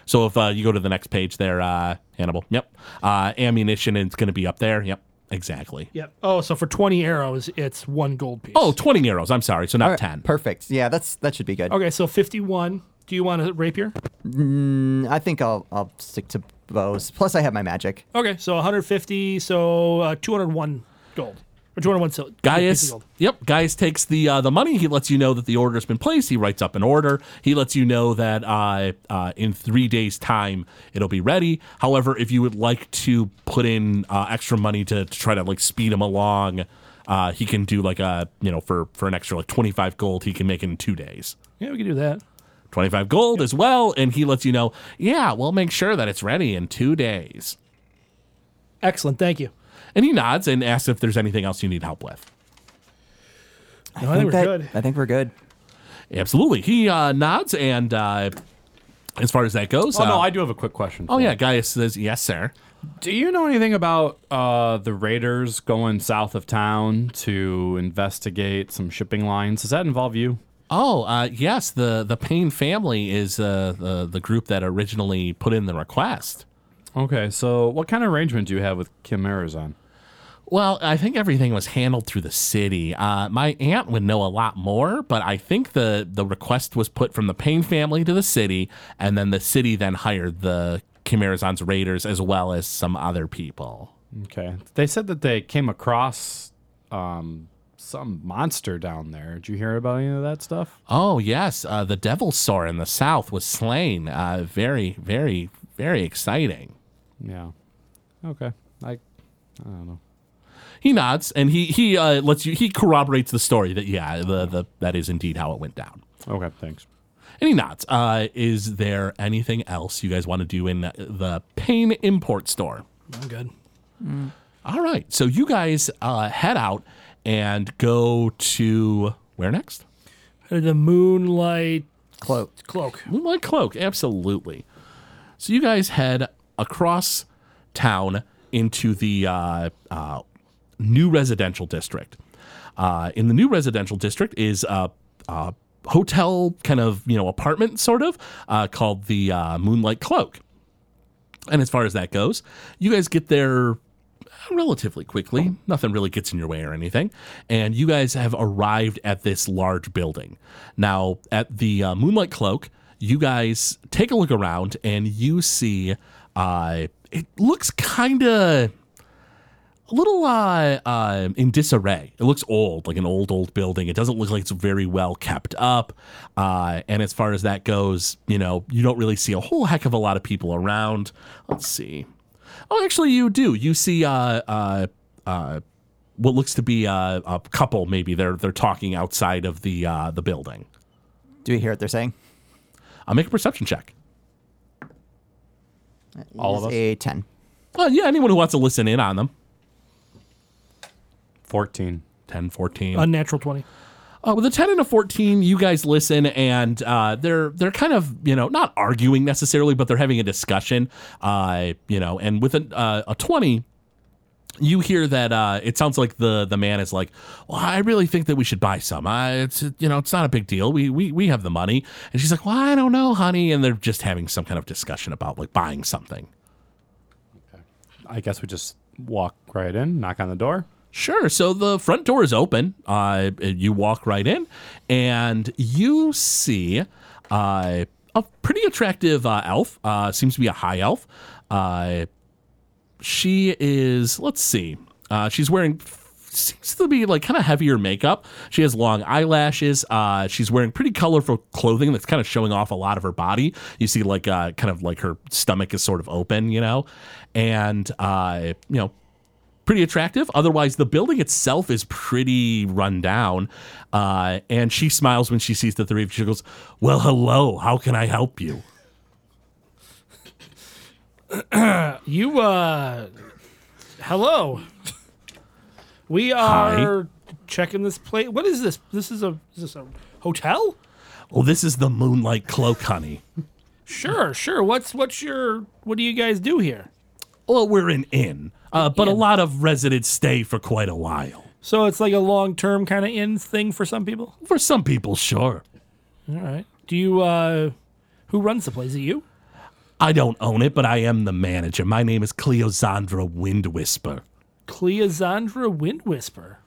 [SPEAKER 6] So if uh, you go to the next page there, uh, Hannibal. Yep. Uh, ammunition is going to be up there. Yep. Exactly.
[SPEAKER 5] Yep. Oh, so for 20 arrows, it's one gold piece.
[SPEAKER 6] Oh, 20 arrows. I'm sorry. So not
[SPEAKER 3] All right,
[SPEAKER 6] 10.
[SPEAKER 3] Perfect. Yeah, that's that should be good.
[SPEAKER 5] Okay, so 51. Do you want a rapier?
[SPEAKER 3] I think I'll I'll stick to bows. Plus, I have my magic.
[SPEAKER 5] Okay, so 150, so uh, 201 gold. Or 201 sil- pieces of
[SPEAKER 6] Gaius,
[SPEAKER 5] gold.
[SPEAKER 6] yep. Gaius takes the uh, the money. He lets you know that the order has been placed. He writes up an order. He lets you know that uh, uh, in three days' time it'll be ready. However, if you would like to put in uh, extra money to, to try to like speed him along, uh, he can do like a you know for for an extra like twenty five gold. He can make it in two days.
[SPEAKER 5] Yeah, we can do that.
[SPEAKER 6] 25 gold as well. And he lets you know, yeah, we'll make sure that it's ready in two days.
[SPEAKER 5] Excellent, thank you.
[SPEAKER 6] And he nods and asks if there's anything else you need help with.
[SPEAKER 5] No, I think we're
[SPEAKER 3] that-
[SPEAKER 5] good.
[SPEAKER 3] I think we're good.
[SPEAKER 6] Absolutely. He uh, nods. And uh, as far as that goes,
[SPEAKER 4] Oh no,
[SPEAKER 6] uh,
[SPEAKER 4] I do have a quick question.
[SPEAKER 6] oh,
[SPEAKER 4] for
[SPEAKER 6] yeah,
[SPEAKER 4] you.
[SPEAKER 6] Gaius says, yes, sir.
[SPEAKER 4] Do you know anything about uh, the raiders going south of town to investigate some shipping lines? Does that involve you?
[SPEAKER 6] Oh, uh, yes, the, the Payne family is uh, the, the group that originally put in the request.
[SPEAKER 4] Okay, so what kind of arrangement do you have with Kim Arizon?
[SPEAKER 6] Well, I think everything was handled through the city. Uh, my aunt would know a lot more, but I think the the request was put from the Payne family to the city, and then the city then hired the Chimerazon's raiders as well as some other people.
[SPEAKER 4] Okay, they said that they came across um, some monster down there. Did you hear about any of that stuff?
[SPEAKER 6] Oh yes, uh, the Devil Saur in the south was slain. Uh, very, very, very exciting.
[SPEAKER 4] Yeah. Okay. I, I don't know.
[SPEAKER 6] He nods and he he uh, lets you. He corroborates the story that yeah, the, the that is indeed how it went down.
[SPEAKER 4] Okay, thanks.
[SPEAKER 6] And he nods. Uh, is there anything else you guys want to do in the Payne Import Store?
[SPEAKER 5] I'm good.
[SPEAKER 6] All right. So you guys uh, head out and go to where next?
[SPEAKER 5] The moonlight
[SPEAKER 3] Cloak.
[SPEAKER 5] cloak.
[SPEAKER 6] Moonlight Cloak. Absolutely. So you guys head across town into the uh, uh, new residential district. Uh, in the new residential district is a, a hotel kind of you know apartment sort of uh, called the uh, Moonlight Cloak. And as far as that goes, you guys get there relatively quickly. Nothing really gets in your way or anything. And you guys have arrived at this large building. Now, at the uh, Moonlight Cloak, you guys take a look around and you see uh, it looks kind of a little uh, uh, in disarray. It looks old, like an old, old building. It doesn't look like it's very well kept up. Uh, and as far as that goes, you know, you don't really see a whole heck of a lot of people around. Let's see. Oh, actually, you do. You see uh, uh, uh, what looks to be a, a couple. Maybe they're they're talking outside of the uh, the building.
[SPEAKER 3] Do we hear what they're saying?
[SPEAKER 6] I'll make a perception check.
[SPEAKER 4] All of
[SPEAKER 3] It's
[SPEAKER 4] us?
[SPEAKER 3] A ten.
[SPEAKER 6] Oh, yeah, anyone who wants to listen in on them.
[SPEAKER 4] 14.
[SPEAKER 6] 10, 14.
[SPEAKER 5] Unnatural 20.
[SPEAKER 6] Uh, with a ten and a fourteen, you guys listen, and uh, they're they're kind of you know not arguing necessarily, but they're having a discussion. Uh, you know, and with an, uh, a twenty, you hear that uh, it sounds like the the man is like, "Well, I really think that we should buy some. Uh, it's you know, it's not a big deal. We we we have the money." And she's like, "Well, I don't know, honey." And they're just having some kind of discussion about like buying something.
[SPEAKER 4] I guess we just walk right in, knock on the door.
[SPEAKER 6] Sure. So the front door is open. Uh, you walk right in, and you see uh, a pretty attractive uh, elf. Uh, seems to be a high elf. Uh, she is. Let's see. Uh, she's wearing. Seems to be like kind of heavier makeup. She has long eyelashes. Uh, she's wearing pretty colorful clothing that's kind of showing off a lot of her body. You see, like, uh, kind of like her stomach is sort of open, you know, and uh, you know, pretty attractive. Otherwise, the building itself is pretty run down. Uh, and she smiles when she sees the three of you. She goes, Well, hello. How can I help you?
[SPEAKER 5] You, uh, hello. We are checking this place. What is this? This is a, is this a hotel?
[SPEAKER 6] Well, "Oh, this is the Moonlight Cloak, honey.
[SPEAKER 5] Sure, sure. What's, what's your, what do you guys do here?
[SPEAKER 6] Well, we're an inn, uh, but a lot of residents stay for quite a while.
[SPEAKER 5] So it's like a long-term kind of in thing for some people.
[SPEAKER 6] For some people, sure.
[SPEAKER 5] All right. Do you, uh, who runs the place? Is it you?
[SPEAKER 6] I don't own it, but I am the manager. My name is Cleosandra Wind Whisper.
[SPEAKER 5] Cleosandra Wind Whisper.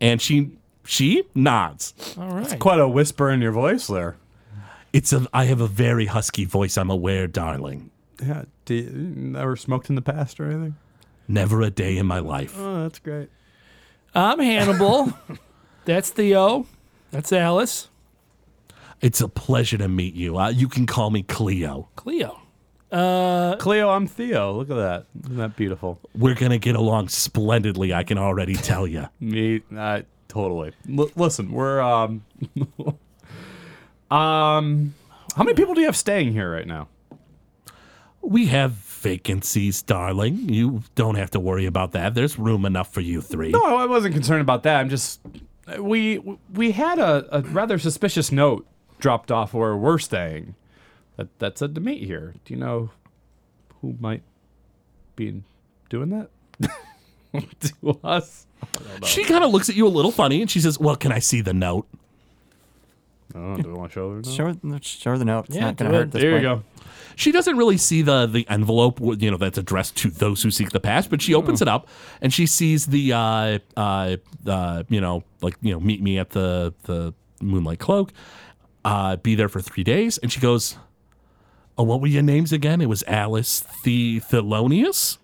[SPEAKER 6] And she she nods.
[SPEAKER 5] All right.
[SPEAKER 4] Quite a whisper in your voice there.
[SPEAKER 6] It's a I have a very husky voice, I'm aware, darling.
[SPEAKER 4] Yeah. Do you, never smoked in the past or anything?
[SPEAKER 6] Never a day in my life.
[SPEAKER 4] Oh, that's great.
[SPEAKER 5] I'm Hannibal. That's Theo. That's Alice.
[SPEAKER 6] It's a pleasure to meet you. Uh, you can call me Cleo.
[SPEAKER 5] Cleo.
[SPEAKER 4] Cleo, I'm Theo. Look at that. Isn't that beautiful?
[SPEAKER 6] We're going to get along splendidly, I can already tell you.
[SPEAKER 4] Me, uh, totally. L- listen, we're um, (laughs) um, how many people do you have staying here right now?
[SPEAKER 6] We have vacancies, darling. You don't have to worry about that. There's room enough for you three.
[SPEAKER 4] No, I wasn't concerned about that. I'm just we we had a, a rather suspicious note dropped off where we're staying. That that said to meet here. Do you know who might be doing that (laughs) to us?
[SPEAKER 6] She kind of looks at you a little funny and she says, Well, can I see the note?
[SPEAKER 4] Oh, do we want to show her? now?
[SPEAKER 3] Show, show her the note. It's
[SPEAKER 5] Yeah,
[SPEAKER 3] not going
[SPEAKER 5] do
[SPEAKER 3] to
[SPEAKER 5] it.
[SPEAKER 3] hurt at this
[SPEAKER 4] There you
[SPEAKER 3] point.
[SPEAKER 4] go.
[SPEAKER 6] She doesn't really see the the envelope, you know, that's addressed to those who seek the past. But she opens it up and she sees the, uh, uh, uh, you know, like you know, meet me at the the Moonlight Cloak, uh, be there for three days, and she goes, "Oh, what were your names again? It was Alice the Thelonious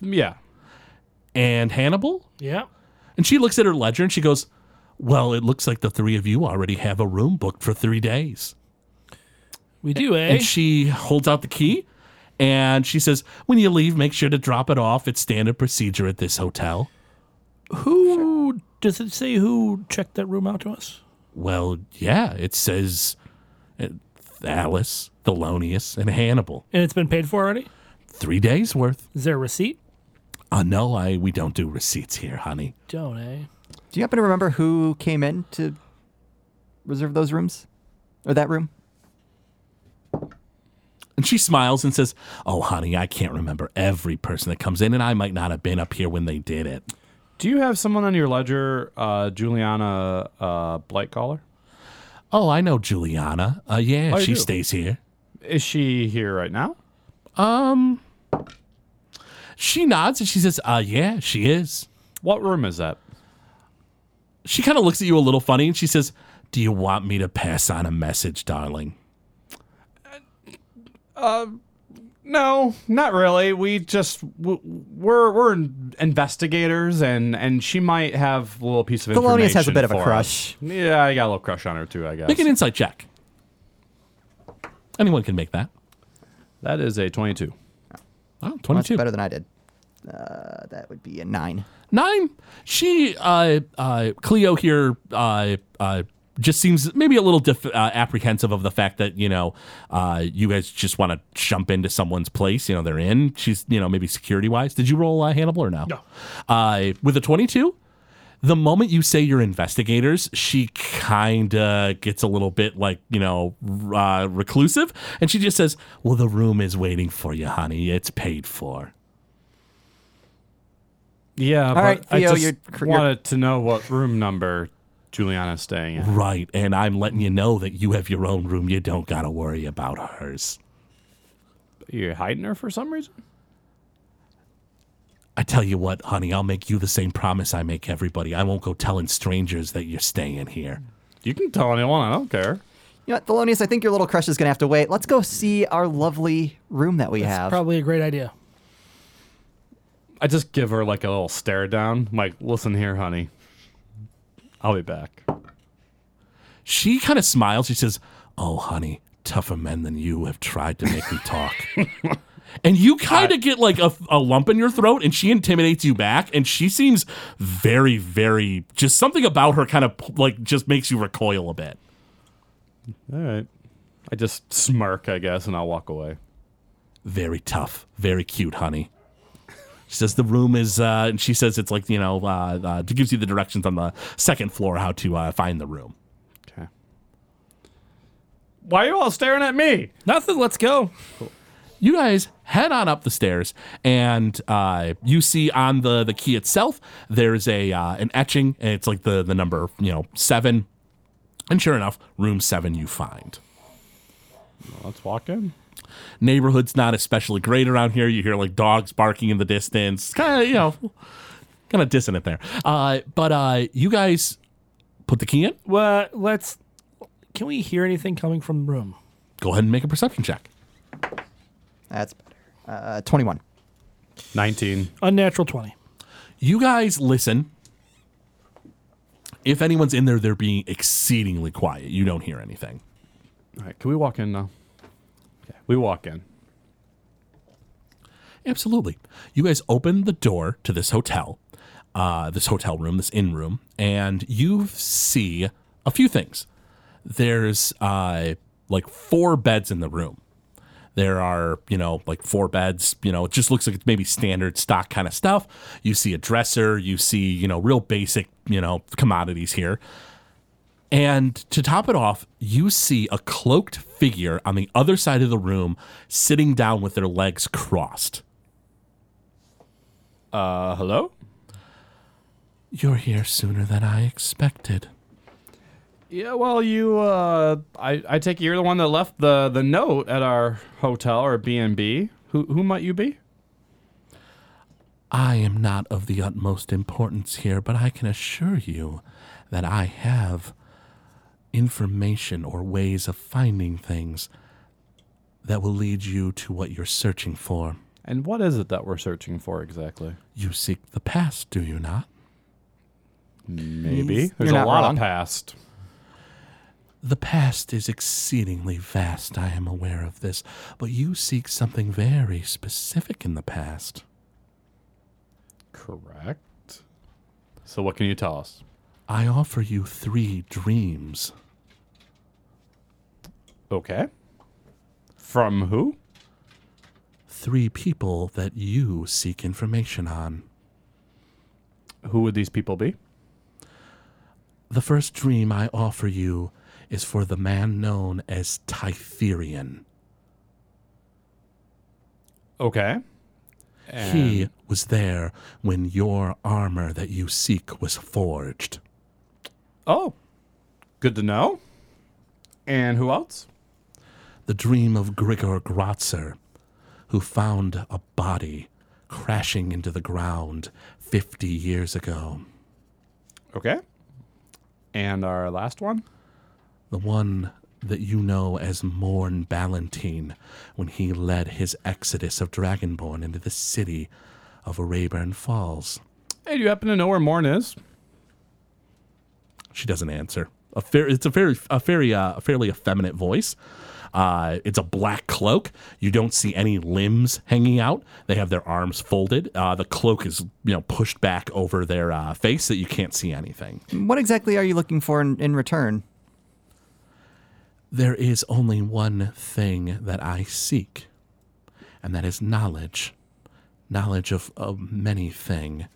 [SPEAKER 4] Yeah.
[SPEAKER 6] and Hannibal."
[SPEAKER 5] Yeah.
[SPEAKER 6] And she looks at her ledger and she goes, "Well, it looks like the three of you already have a room booked for three days."
[SPEAKER 5] We do, eh?
[SPEAKER 6] and she holds out the key and she says when you leave make sure to drop it off it's standard procedure at this hotel
[SPEAKER 5] who does it say who checked that room out to us?
[SPEAKER 6] well yeah it says uh, alice thelonious and hannibal
[SPEAKER 5] And it's been paid for already?
[SPEAKER 6] three days worth
[SPEAKER 5] Is there a receipt?
[SPEAKER 6] oh no i we don't do receipts here honey
[SPEAKER 5] Don't, eh?
[SPEAKER 3] Do you happen to remember who came in to reserve those rooms? Or that room?
[SPEAKER 6] and she smiles and says oh honey i can't remember every person that comes in and i might not have been up here when they did it
[SPEAKER 4] Do you have someone on your ledger, uh, Juliana uh, Blightcaller?
[SPEAKER 6] oh i know juliana uh, yeah
[SPEAKER 4] Oh, you
[SPEAKER 6] she
[SPEAKER 4] do?
[SPEAKER 6] stays here
[SPEAKER 4] Is she here right now?
[SPEAKER 6] Um, she nods and she says uh, yeah she is
[SPEAKER 4] What room is that?
[SPEAKER 6] she kind of looks at you a little funny and she says, Do you want me to pass on a message, darling?
[SPEAKER 4] No, not really. We just w- we're we're investigators, and and she might have a little piece of information.
[SPEAKER 3] Thelonious has a bit of a
[SPEAKER 4] for
[SPEAKER 3] crush.
[SPEAKER 4] us. Yeah, I got a little crush on her too. I guess
[SPEAKER 6] Make an insight check. Anyone can make that.
[SPEAKER 4] that is a twenty-two.
[SPEAKER 6] Oh,
[SPEAKER 3] Much
[SPEAKER 6] 22.
[SPEAKER 3] better than I did. Uh, that would be a nine.
[SPEAKER 6] Nine. She, uh, uh, Cleo here, uh, uh, just seems maybe a little def- uh, apprehensive of the fact that you know uh, you guys just want to jump into someone's place. You know they're in. She's you know maybe security wise. Did you roll uh, Hannibal or no?
[SPEAKER 5] No.
[SPEAKER 6] Uh, with a twenty-two, the moment you say you're investigators, she kind of gets a little bit like, you know, uh, reclusive. And she just says, Well, the room is waiting for you, honey. It's paid for.
[SPEAKER 4] Yeah, but
[SPEAKER 3] right, Theo,
[SPEAKER 4] I just
[SPEAKER 3] you're cr- you're-
[SPEAKER 4] wanted to know what room number Juliana's staying at.
[SPEAKER 6] Right. And I'm letting you know that you have your own room. You don't got to worry about hers.
[SPEAKER 4] You're hiding her for some reason.
[SPEAKER 6] I tell you what, honey, I'll make you the same promise I make everybody. I won't go telling strangers that you're staying here.
[SPEAKER 4] You can tell anyone. I don't care.
[SPEAKER 3] You know what, Thelonious, I think your little crush is going to have to wait. Let's go see our lovely room that we have.
[SPEAKER 5] Probably a great idea.
[SPEAKER 4] I just give her like a little stare down. I'm like, listen here, honey. I'll be back.
[SPEAKER 6] She kind of smiles. She says, Oh, honey, tougher men than you have tried to make me talk. and you kind of get like a, a lump in your throat, and she intimidates you back. And she seems very, very just something about her kind of like just makes you recoil a bit.
[SPEAKER 4] All right. I just smirk, I guess, and I'll walk away.
[SPEAKER 6] Very tough, very cute, honey. She says the room is, uh, and she says it's like, you know, uh, uh, gives you the directions on the second floor how to uh, find the room.
[SPEAKER 4] Okay. Why are you all staring at me?
[SPEAKER 5] Nothing. Let's go.
[SPEAKER 6] you guys head on up the stairs and uh, you see on the the key itself there's a uh, an etching and it's like the the number you know seven and sure enough room seven you find
[SPEAKER 4] Let's walk in.
[SPEAKER 6] Neighborhood's not especially great around here. You hear like dogs barking in the distance. Kind of, you know, kind of dissonant there. Uh, but uh, you guys put the key in.
[SPEAKER 5] Well, let's. Can we hear anything coming from the room?
[SPEAKER 6] Go ahead and make a perception check.
[SPEAKER 3] That's better. Uh, 21.
[SPEAKER 4] 19.
[SPEAKER 5] Unnatural 20.
[SPEAKER 6] You guys listen. If anyone's in there, they're being exceedingly quiet. You don't hear anything.
[SPEAKER 4] All right, can we walk in now? Okay, we walk in.
[SPEAKER 6] Absolutely. You guys open the door to this hotel, uh, this hotel room, this inn room, and you see a few things. There's uh, like four beds in the room. There are, you know, like four beds. You know, it just looks like it's maybe standard stock kind of stuff. You see a dresser. You see, you know, real basic, you know, commodities here. And to top it off, you see a cloaked figure on the other side of the room sitting down with their legs crossed.
[SPEAKER 4] Uh, hello?
[SPEAKER 6] You're here sooner than I expected.
[SPEAKER 4] Yeah, well, you, uh, I, I take it you're the one that left the, the note at our hotel or B&B. Who, who might you be?
[SPEAKER 6] I am not of the utmost importance here, but I can assure you that I have information or ways of finding things that will lead you to what you're searching for.
[SPEAKER 4] And what is it that we're searching for exactly?
[SPEAKER 6] You seek the past, do you not?
[SPEAKER 4] Maybe.
[SPEAKER 3] He's-
[SPEAKER 4] There's
[SPEAKER 3] you're
[SPEAKER 4] a
[SPEAKER 3] not
[SPEAKER 4] lot
[SPEAKER 3] wrong.
[SPEAKER 4] of past.
[SPEAKER 6] The past is exceedingly vast, I am aware of this, but you seek something very specific in the past.
[SPEAKER 4] Correct. So what can you tell us?
[SPEAKER 6] I offer you three dreams
[SPEAKER 4] Okay. From who?
[SPEAKER 6] three people that you seek information on.
[SPEAKER 4] Who would these people be?
[SPEAKER 6] The first dream I offer you is for the man known as Tytherion.
[SPEAKER 4] Okay.
[SPEAKER 6] He was there when your armor that you seek was forged.
[SPEAKER 4] Oh, good to know. And who else?
[SPEAKER 6] The dream of Grigor Grotzer, who found a body crashing into the ground 50 years ago.
[SPEAKER 4] Okay. And our last one?
[SPEAKER 6] The one that you know as Morn Ballantine when he led his exodus of Dragonborn into the city of Rayburn Falls.
[SPEAKER 4] Hey, do you happen to know where Morn is?
[SPEAKER 6] She doesn't answer. A fair, it's a very, a very, uh, a fairly effeminate voice. Uh, it's a black cloak. You don't see any limbs hanging out. They have their arms folded. Uh, the cloak is, you know, pushed back over their uh, face that you can't see anything.
[SPEAKER 3] What exactly are you looking for in, in return?
[SPEAKER 6] There is only one thing that I seek, and that is knowledge. Knowledge of, of many thing.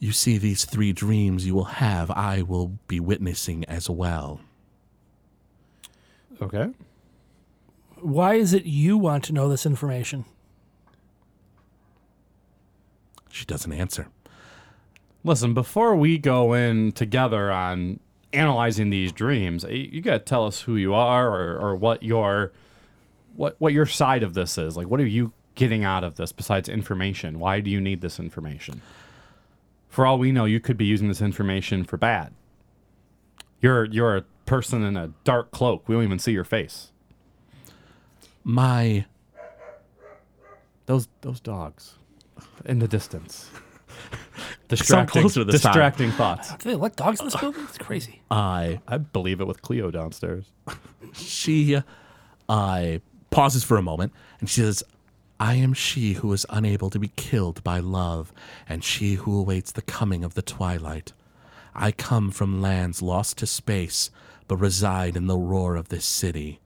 [SPEAKER 6] You see, these three dreams you will have, I will be witnessing as well.
[SPEAKER 4] Okay.
[SPEAKER 5] Why is it you want to know this information?
[SPEAKER 6] She doesn't answer.
[SPEAKER 4] Listen, before we go in together on analyzing these dreams, y- you gotta tell us who you are or, or what your what what your side of this is. Like, what are you getting out of this besides information? Why do you need this information? For all we know, you could be using this information for bad. You're you're a person in a dark cloak. We don't even see your face.
[SPEAKER 6] My
[SPEAKER 4] Those those dogs in the (laughs) distance. distracting,
[SPEAKER 6] Distracting- closer this time.
[SPEAKER 4] distracting thoughts.
[SPEAKER 5] Do they let dogs in this building? It's crazy.
[SPEAKER 6] Uh, I
[SPEAKER 4] I believe it with Cleo downstairs.
[SPEAKER 6] she I pauses for a moment and she says, I am she who is unable to be killed by love, and she who awaits the coming of the twilight. I come from lands lost to space, but reside in the roar of this city.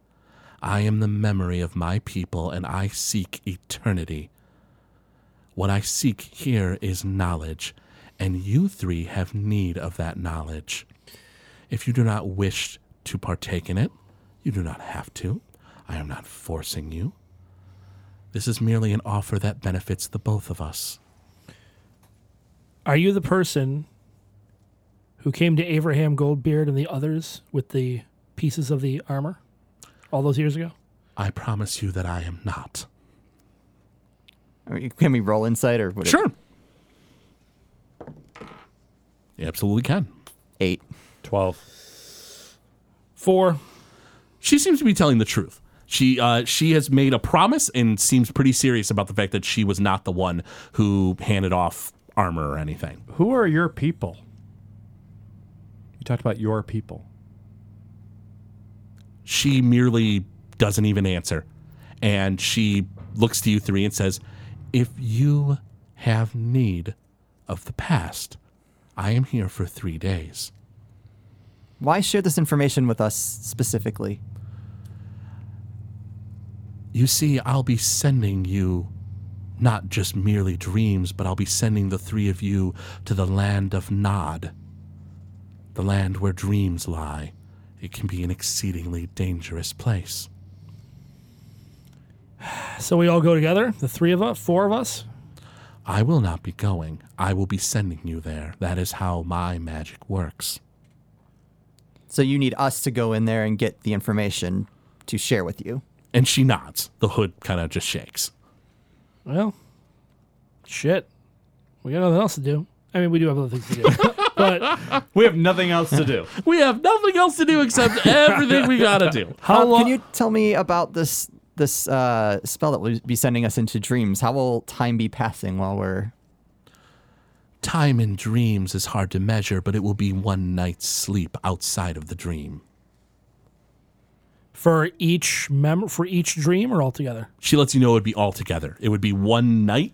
[SPEAKER 6] I am the memory of my people, and I seek eternity. What I seek here is knowledge, and you three have need of that knowledge. If you do not wish to partake in it, you do not have to. I am not forcing you. This is merely an offer that benefits the both of us.
[SPEAKER 5] Are you the person who came to Abraham Goldbeard and the others with the pieces of the armor all those years ago?
[SPEAKER 6] I promise you that I am not.
[SPEAKER 3] I mean, Can we roll insight or what?
[SPEAKER 6] Sure. You absolutely can.
[SPEAKER 3] Eight.
[SPEAKER 4] 12.
[SPEAKER 5] Four.
[SPEAKER 6] She seems to be telling the truth. She uh, she has made a promise and seems pretty serious about the fact that she was not the one who handed off armor or anything.
[SPEAKER 4] Who are your people? You talked about your people.
[SPEAKER 6] she merely doesn't even answer. And she looks to you three and says, If you have need of the past, I am here for three days.
[SPEAKER 3] Why share this information with us specifically?
[SPEAKER 6] You see, I'll be sending you not just merely dreams, but I'll be sending the three of you to the land of Nod, the land where dreams lie. It can be an exceedingly dangerous place.
[SPEAKER 5] So we all go together, the three of us, four of us.
[SPEAKER 6] I will not be going. I will be sending you there. That is how my magic works.
[SPEAKER 3] So you need us to go in there and get the information to share with you.
[SPEAKER 6] And she nods. The hood kind of just shakes.
[SPEAKER 5] Well, shit. We got nothing else to do. I mean, we do have other things to do. but
[SPEAKER 4] We have nothing else to (laughs) do.
[SPEAKER 6] (laughs) We have nothing else to do except everything we gotta do.
[SPEAKER 5] how
[SPEAKER 3] Um,
[SPEAKER 5] long?
[SPEAKER 3] Can you tell me about this this uh, spell that will be sending us into dreams? How will time be passing while we're?
[SPEAKER 6] Time in dreams is hard to measure, but it will be one night's sleep outside of the dream.
[SPEAKER 5] for each mem for each dream or all together?
[SPEAKER 6] She lets you know it would be all together. It would be one night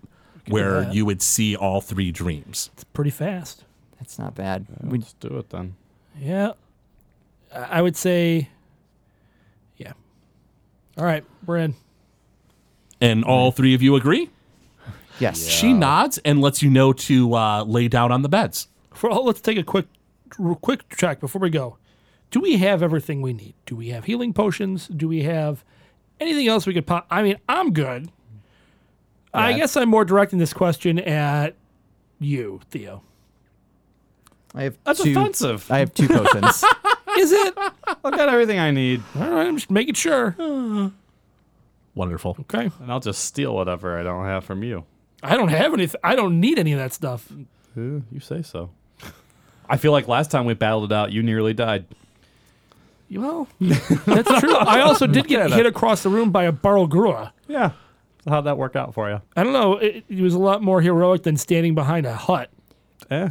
[SPEAKER 6] where
[SPEAKER 5] that.
[SPEAKER 6] you would see all three dreams.
[SPEAKER 5] It's pretty fast.
[SPEAKER 3] That's not bad. We,
[SPEAKER 4] Let's do it then.
[SPEAKER 5] Yeah. I I would say yeah. All right, we're in.
[SPEAKER 6] And all three of you agree?
[SPEAKER 3] yes.
[SPEAKER 6] She nods and lets you know to uh, lay down on the beds.
[SPEAKER 5] For all, let's take a quick r- quick check before we go. Do we have everything we need? Do we have healing potions? Do we have anything else we could pop? I mean, I'm good. I guess I'm more directing this question at you, Theo.
[SPEAKER 3] I have
[SPEAKER 4] That's
[SPEAKER 3] two,
[SPEAKER 4] offensive.
[SPEAKER 3] I have two
[SPEAKER 4] (laughs)
[SPEAKER 3] potions.
[SPEAKER 5] Is it? (laughs)
[SPEAKER 4] I've got everything I need,
[SPEAKER 5] all right, I'm just making sure.
[SPEAKER 6] Wonderful.
[SPEAKER 5] Okay.
[SPEAKER 4] and I'll just steal whatever I don't have from you.
[SPEAKER 5] I don't have anything. I don't need any of that stuff.
[SPEAKER 4] Yeah, you say so. I feel like last time we battled it out, you nearly died.
[SPEAKER 5] Well, (laughs) that's (laughs) true. I also did get hit across the room by a barrel grua.
[SPEAKER 4] Yeah. How'd that work out for you?
[SPEAKER 5] I don't know. It, it was a lot more heroic than standing behind a hut.
[SPEAKER 4] Eh,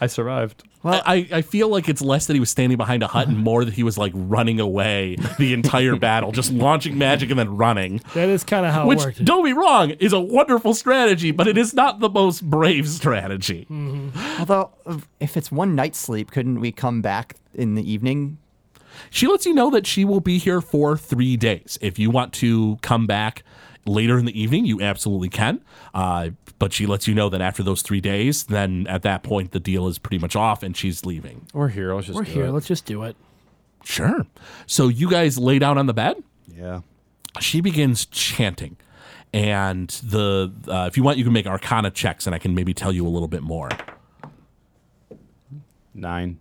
[SPEAKER 4] I survived.
[SPEAKER 6] I, I I feel like it's less that he was standing behind a hut and more that he was like running away the (laughs) entire battle, just launching magic and then running.
[SPEAKER 5] That is kind of how it
[SPEAKER 6] Which,
[SPEAKER 5] worked.
[SPEAKER 6] don't be wrong, is a wonderful strategy, but it is not the most brave strategy.
[SPEAKER 3] Although, if it's one night's sleep, couldn't we come back in the evening?
[SPEAKER 6] She lets you know that she will be here for three days. If you want to come back later in the evening, you absolutely can. Uh, but she lets you know that after those three days, then at that point, the deal is pretty much off and she's leaving.
[SPEAKER 4] We're here. Let's just
[SPEAKER 5] We're here. Let's just do it.
[SPEAKER 6] Sure. So you guys lay down on the bed.
[SPEAKER 4] Yeah.
[SPEAKER 6] she begins chanting and the uh, if you want you can make arcana checks and i can maybe tell you a little bit more
[SPEAKER 4] Nine.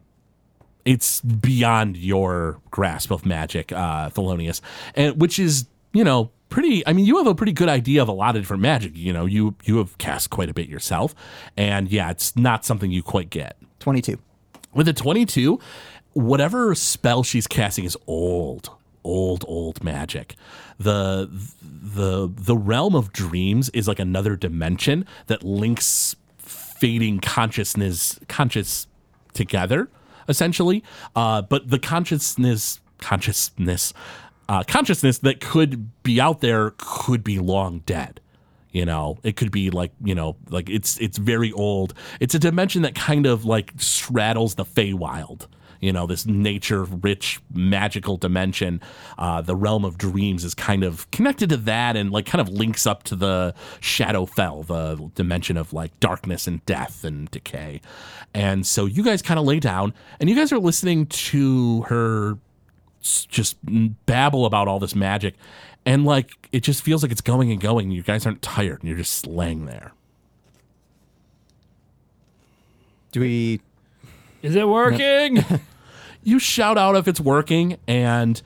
[SPEAKER 6] it's beyond your grasp of magic uh thelonious and which is you know pretty i mean you have a pretty good idea of a lot of different magic you know you you have cast quite a bit yourself and yeah it's not something you quite get
[SPEAKER 3] Twenty-two.
[SPEAKER 6] with a 22 whatever spell she's casting is old old old magic the the the realm of dreams is like another dimension that links fading consciousness conscious together essentially uh, but the consciousness consciousness uh, consciousness that could be out there could be long dead you know it could be like you know like it's it's very old it's a dimension that kind of like straddles the Feywild you know this nature rich magical dimension uh, the realm of dreams is kind of connected to that and like kind of links up to the shadowfell the dimension of like darkness and death and decay and so you guys kind of lay down and you guys are listening to her s- just babble about all this magic and like it just feels like it's going and going you guys aren't tired and you're just laying there
[SPEAKER 3] Do we?
[SPEAKER 6] (laughs)
[SPEAKER 5] Is it working?
[SPEAKER 6] you shout out if it's working and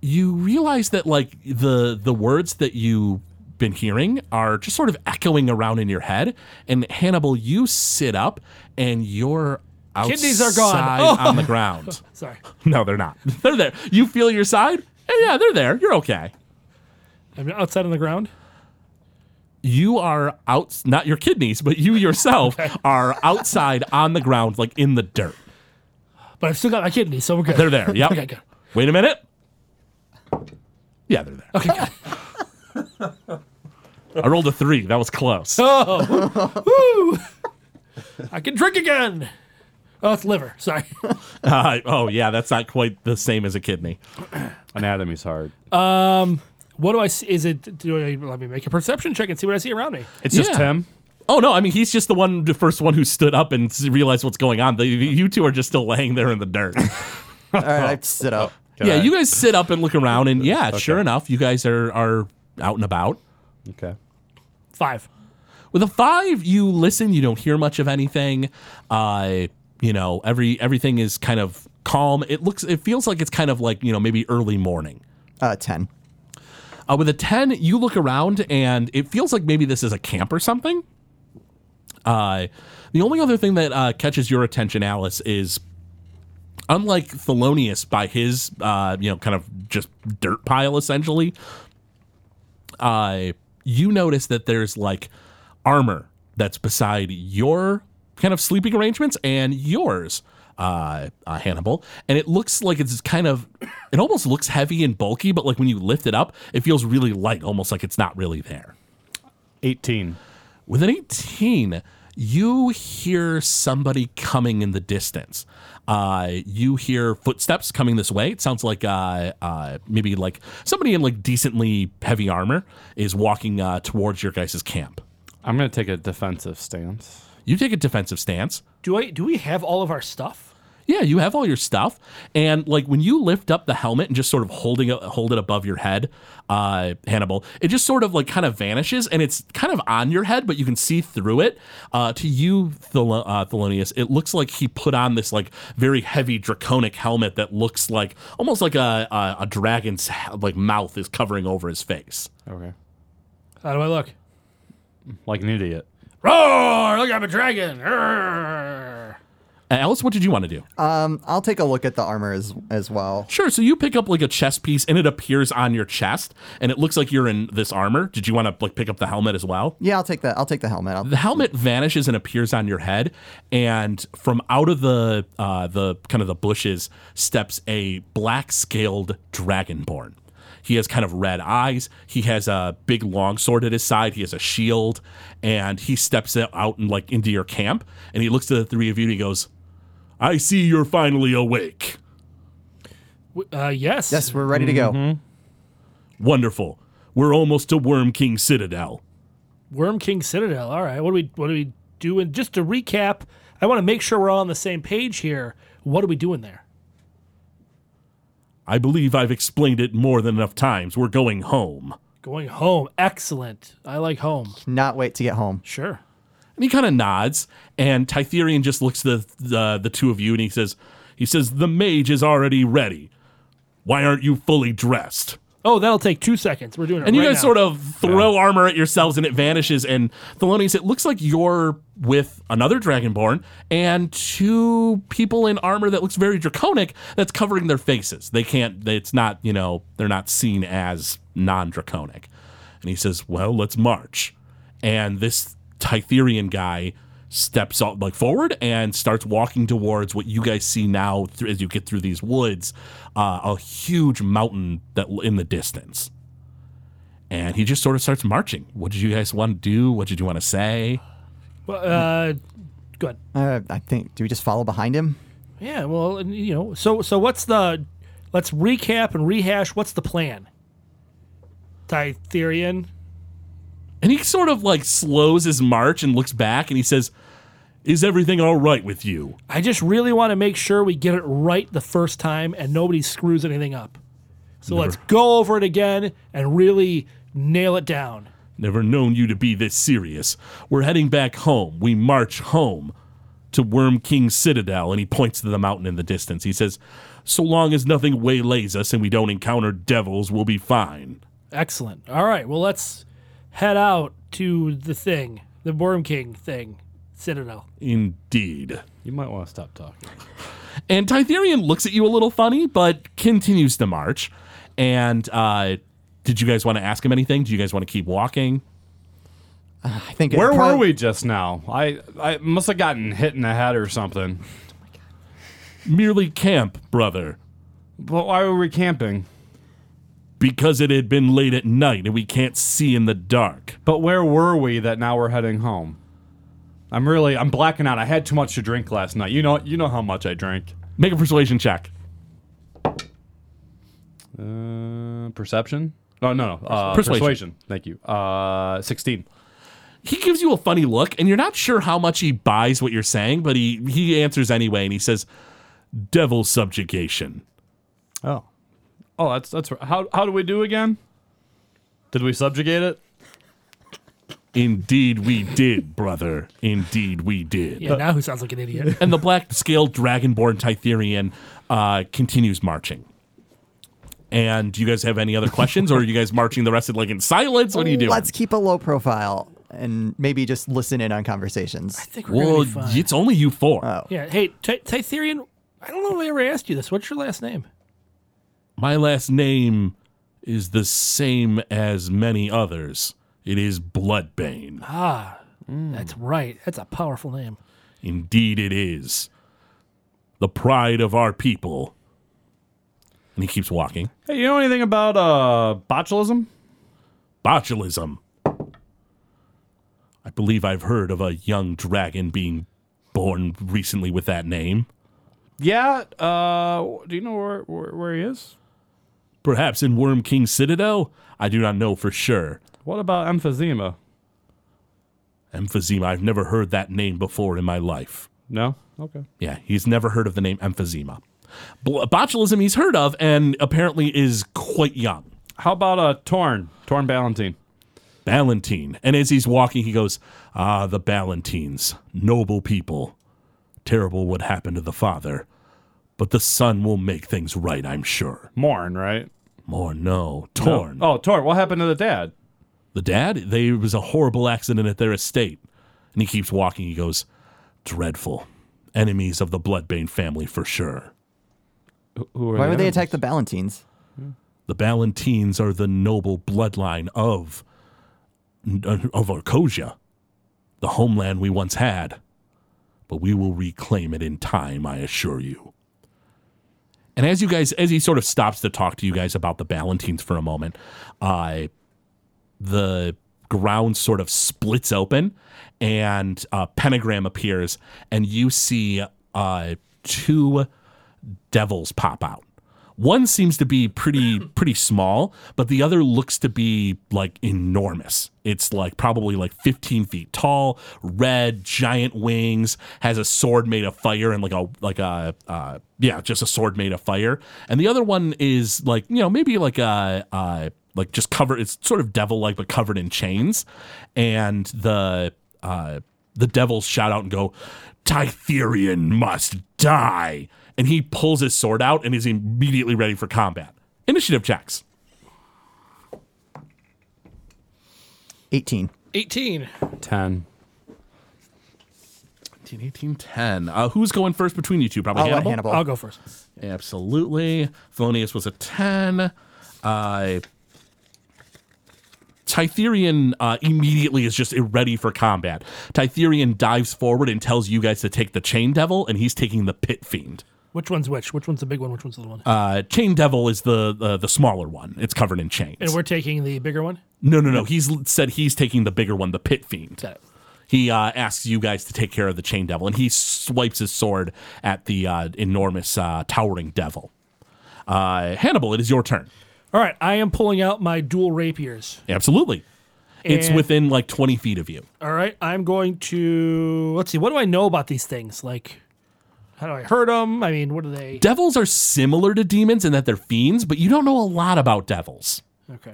[SPEAKER 6] you realize that like the the words that you've been hearing are just sort of echoing around in your head. And Hannibal, you sit up and you're outside
[SPEAKER 5] Kidneys are gone.
[SPEAKER 6] on the ground.
[SPEAKER 5] Sorry.
[SPEAKER 6] No, they're not. They're there. You feel your side? And yeah, they're there. You're okay.
[SPEAKER 5] I'm outside on the ground.
[SPEAKER 6] You are out, not your kidneys, but you
[SPEAKER 5] (laughs)
[SPEAKER 6] yourself are outside on the ground, like in the dirt.
[SPEAKER 5] But I've still got my kidneys, so we're good.
[SPEAKER 6] They're Oh, there. Yep.
[SPEAKER 5] Okay, good.
[SPEAKER 6] Wait a minute. Yeah, they're there.
[SPEAKER 5] Okay, good.
[SPEAKER 6] I rolled a three. That was close.
[SPEAKER 5] Oh, woo! I can drink again. Oh, it's liver. Sorry. (laughs)
[SPEAKER 6] Uh, oh, yeah, that's not quite the same as a kidney.
[SPEAKER 4] Anatomy's hard.
[SPEAKER 5] What do I see? Is it? Do I let me make a perception check and see what I see around me?
[SPEAKER 4] It's
[SPEAKER 6] Yeah.
[SPEAKER 4] just him.
[SPEAKER 6] Oh no, I mean he's just the one, the first one who stood up and s- realized what's going on. The, you two are just still laying there in
[SPEAKER 5] (laughs)
[SPEAKER 6] the dirt.
[SPEAKER 3] All right, I sit up.
[SPEAKER 6] yeah, you guys sit up and look around, and yeah, sure enough, you guys are are out and about.
[SPEAKER 4] Okay.
[SPEAKER 5] Five.
[SPEAKER 6] With a five, you listen. You don't hear much of anything. Uh, you know, every everything is kind of calm. It looks, it feels like it's kind of like you know maybe early morning.
[SPEAKER 3] Uh, ten.
[SPEAKER 6] Uh, with a 10, you look around and it feels like maybe this is a camp or something. Uh, the only other thing that uh, catches your attention, Alice, is unlike Thelonious by his, uh, you know, kind of just dirt pile essentially, uh, you notice that there's like armor that's beside your kind of sleeping arrangements and yours, uh, uh, Hannibal. And it looks like it's kind of, it almost looks heavy and bulky, but like when you lift it up, it feels really light, almost like it's not really there.
[SPEAKER 4] 18.
[SPEAKER 6] With an 18, you hear somebody coming in the distance. Uh, you hear footsteps coming this way. It sounds like uh, uh, maybe like somebody in like decently heavy armor is walking uh, towards your guys' camp.
[SPEAKER 4] I'm going to take a defensive stance.
[SPEAKER 6] You take a defensive stance.
[SPEAKER 5] Do I? Do we have all of our stuff?
[SPEAKER 6] Yeah, you have all your stuff, and like when you lift up the helmet and just sort of holding it, hold it above your head, uh, Hannibal, it just sort of like kind of vanishes, and it's kind of on your head, but you can see through it. Uh, to you, Thel- uh, Thelonious, it looks like he put on this like very heavy draconic helmet that looks like almost like a a, a dragon's like mouth is covering over his face.
[SPEAKER 4] Okay.
[SPEAKER 5] How do I look?
[SPEAKER 4] Like an idiot.
[SPEAKER 5] Roar! Look, I'm a dragon. Roar.
[SPEAKER 6] Uh, Alice, what did you want to do?
[SPEAKER 3] Um, I'll take a look at the armor as as well.
[SPEAKER 6] Sure. So you pick up like a chest piece, and it appears on your chest, and it looks like you're in this armor. Did you want to like pick up the helmet as well?
[SPEAKER 3] Yeah, I'll take the I'll take the helmet. I'll,
[SPEAKER 6] the helmet vanishes and appears on your head, and from out of the uh, the kind of the bushes steps a black scaled dragonborn. He has kind of red eyes. He has a big long sword at his side. He has a shield, and he steps out and like into your camp. And he looks at the three of you and he goes, "I see you're finally awake.
[SPEAKER 5] W- Uh, yes.
[SPEAKER 3] yes, we're ready to go.
[SPEAKER 6] Wonderful. We're almost to Worm King Citadel."
[SPEAKER 5] Worm King Citadel. All right. What do we? What do we do? And just to recap, I want to make sure we're all on the same page here. What are we doing there?
[SPEAKER 6] I believe I've explained it more than enough times. We're going home.
[SPEAKER 5] Going home. Excellent. I like home.
[SPEAKER 3] Not wait to get home.
[SPEAKER 5] Sure.
[SPEAKER 6] And he kind of nods, and Tytherian just looks the, the the two of you, and he says, "He says the mage is already ready. Why aren't you fully dressed?"
[SPEAKER 5] Oh, that'll take two seconds. We're doing it.
[SPEAKER 6] And you
[SPEAKER 5] right
[SPEAKER 6] guys
[SPEAKER 5] now.
[SPEAKER 6] sort of throw armor at yourselves, and it vanishes. And Thelonious, it looks like you're with another Dragonborn and two people in armor that looks very draconic. That's covering their faces. They can't. It's not. You know, they're not seen as non-draconic. And he says, "Well, let's march." And this Tytherian guy steps up like forward and starts walking towards what you guys see now thr- as you get through these woods, uh, a huge mountain that l- in the distance. And he just sort of starts marching. What did you guys want to do? What did you want to say?
[SPEAKER 5] Well, uh, good.
[SPEAKER 3] Uh, I think. Do we just follow behind him?
[SPEAKER 5] Yeah. Well, and, you know. So so what's the? Let's recap and rehash. What's the plan? Tytherian.
[SPEAKER 6] And he sort of like slows his march and looks back and he says, "Is everything all right with you?"
[SPEAKER 5] I just really want to make sure we get it right the first time and nobody screws anything up. So let's go over it again and really nail it down.
[SPEAKER 6] Never known you to be this serious. We're heading back home. We march home to Worm King Citadel. And he points to the mountain in the distance. He says, So long as nothing waylays us and we don't encounter devils, we'll be fine.
[SPEAKER 5] Excellent. All right. Well, let's head out to the thing, the Worm King thing, Citadel.
[SPEAKER 6] Indeed.
[SPEAKER 4] You might want to stop talking.
[SPEAKER 6] And Titherian looks at you a little funny, but continues to march. And uh, did you guys want to ask him anything? Do you guys want to keep walking?
[SPEAKER 3] I think. it
[SPEAKER 4] Where were
[SPEAKER 3] prob-
[SPEAKER 4] we just now? I I must have gotten hit in the head or something.
[SPEAKER 6] Merely camp, brother,
[SPEAKER 4] But why were we camping?
[SPEAKER 6] because it had been late at night and we can't see in the dark.
[SPEAKER 4] But where were we that now we're heading home? I'm really I'm blacking out. I had too much to drink last night. You know you know how much I drank.
[SPEAKER 6] Make a persuasion check.
[SPEAKER 4] Uh, perception? Oh no no. Uh,
[SPEAKER 6] Persuasion.
[SPEAKER 4] persuasion. Thank you. Uh, sixteen.
[SPEAKER 6] he gives you a funny look and you're not sure how much he buys what you're saying but he he answers anyway and he says devil subjugation
[SPEAKER 4] Oh. Oh, that's that's right. how how do we do again? Did we subjugate it?
[SPEAKER 6] indeed we did brother indeed we did
[SPEAKER 5] Yeah, now who sounds like an idiot?
[SPEAKER 6] and the black scaled dragonborn Titherian uh, continues marching and do you guys have any other questions or are you guys marching the rest of like in silence what are you doing
[SPEAKER 3] Let's keep a low profile and maybe just listen in on conversations.
[SPEAKER 5] I think we're
[SPEAKER 6] well
[SPEAKER 5] gonna be fine.
[SPEAKER 6] it's only you four
[SPEAKER 5] Yeah. Hey, Ty- Tytherian, I don't know if I ever asked you this. What's your last name?
[SPEAKER 6] my last name is the same as many others it is bloodbane
[SPEAKER 5] That's right. That's a powerful name.
[SPEAKER 6] Indeed, it is. The pride of our people. And he keeps walking.
[SPEAKER 4] Hey, you know anything about uh botulism?
[SPEAKER 6] Botulism. I believe I've heard of a young dragon being born recently with that name.
[SPEAKER 4] Yeah. Uh, do you know where where, where he is?
[SPEAKER 6] Perhaps in Worm King Citadel? I do not know for sure.
[SPEAKER 4] What about emphysema?
[SPEAKER 6] Emphysema, I've never heard that name before in my life.
[SPEAKER 4] No. Okay.
[SPEAKER 6] Yeah, he's never heard of the name emphysema. Bl- botulism, he's heard of and apparently is quite young.
[SPEAKER 4] How about uh torn torn Ballantine?
[SPEAKER 6] Ballantine. And as he's walking, he goes, Ah, the Ballantines, noble people. Terrible what happened to the father, but the son will make things right, I'm sure.
[SPEAKER 4] Morn, right?
[SPEAKER 6] More no, torn.
[SPEAKER 4] Oh, torn. What happened to the dad?
[SPEAKER 6] The dad, there was a horrible accident at their estate. And he keeps walking. He goes, Dreadful. Enemies of the Bloodbane family for sure.
[SPEAKER 4] Who
[SPEAKER 3] Why would they attack the Ballantines?
[SPEAKER 6] The Ballantines are the noble bloodline of of Arcosia, the homeland we once had. But we will reclaim it in time, I assure you. And as you guys, as he sort of stops to talk to you guys about the Ballantines for a moment, uh, the ground sort of splits open, and a pentagram appears, and you see uh, two devils pop out. One seems to be pretty pretty small, but the other looks to be like enormous. It's like probably like 15 feet tall, red, giant wings, has a sword made of fire and like a like a uh, yeah, just a sword made of fire. And the other one is like you know maybe like a, a like just covered. It's sort of devil like, but covered in chains. And the uh, the devils shout out and go, Tytherian must die. And he pulls his sword out and is immediately ready for combat. Initiative checks.
[SPEAKER 3] 18.
[SPEAKER 5] 18.
[SPEAKER 4] ten?
[SPEAKER 6] 18, 18, 10. Uh, who's going first between you two? Probably
[SPEAKER 3] I'll let
[SPEAKER 6] Hannibal?
[SPEAKER 3] Hannibal.
[SPEAKER 5] I'll go first.
[SPEAKER 6] Absolutely. Thelonious was a 10. Uh, Tytherian uh, immediately is just ready for combat. Tytherian dives forward and tells you guys to take the Chain Devil, and he's taking the Pit Fiend.
[SPEAKER 5] Which one's which? Which one's the big one? Which one's the little one?
[SPEAKER 6] Uh, chain Devil is the uh, the smaller one. It's covered in chains.
[SPEAKER 5] and we're taking the bigger one?
[SPEAKER 6] No, no, no. He's l- said he's taking the bigger one, the Pit Fiend.
[SPEAKER 5] Got it.
[SPEAKER 6] He uh, asks you guys to take care of the Chain Devil, and he swipes his sword at the uh, enormous uh, towering devil. Uh, Hannibal, it is your turn.
[SPEAKER 5] All right. I am pulling out my dual rapiers.
[SPEAKER 6] Absolutely. It's
[SPEAKER 5] And-
[SPEAKER 6] within like 20 feet of you.
[SPEAKER 5] All right. I'm going to. Let's see. What do I know about these things? Like, how do I hurt them? I mean, what are they?
[SPEAKER 6] Devils are similar to demons in that they're fiends, but you don't know a lot about devils.
[SPEAKER 5] Okay.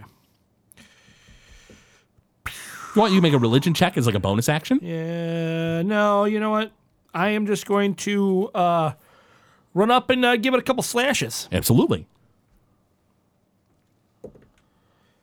[SPEAKER 6] You want you to make a religion check as like a bonus action?
[SPEAKER 5] Yeah. No, you know what? I am just going to uh, Run up and uh, give it a couple slashes.
[SPEAKER 6] Absolutely.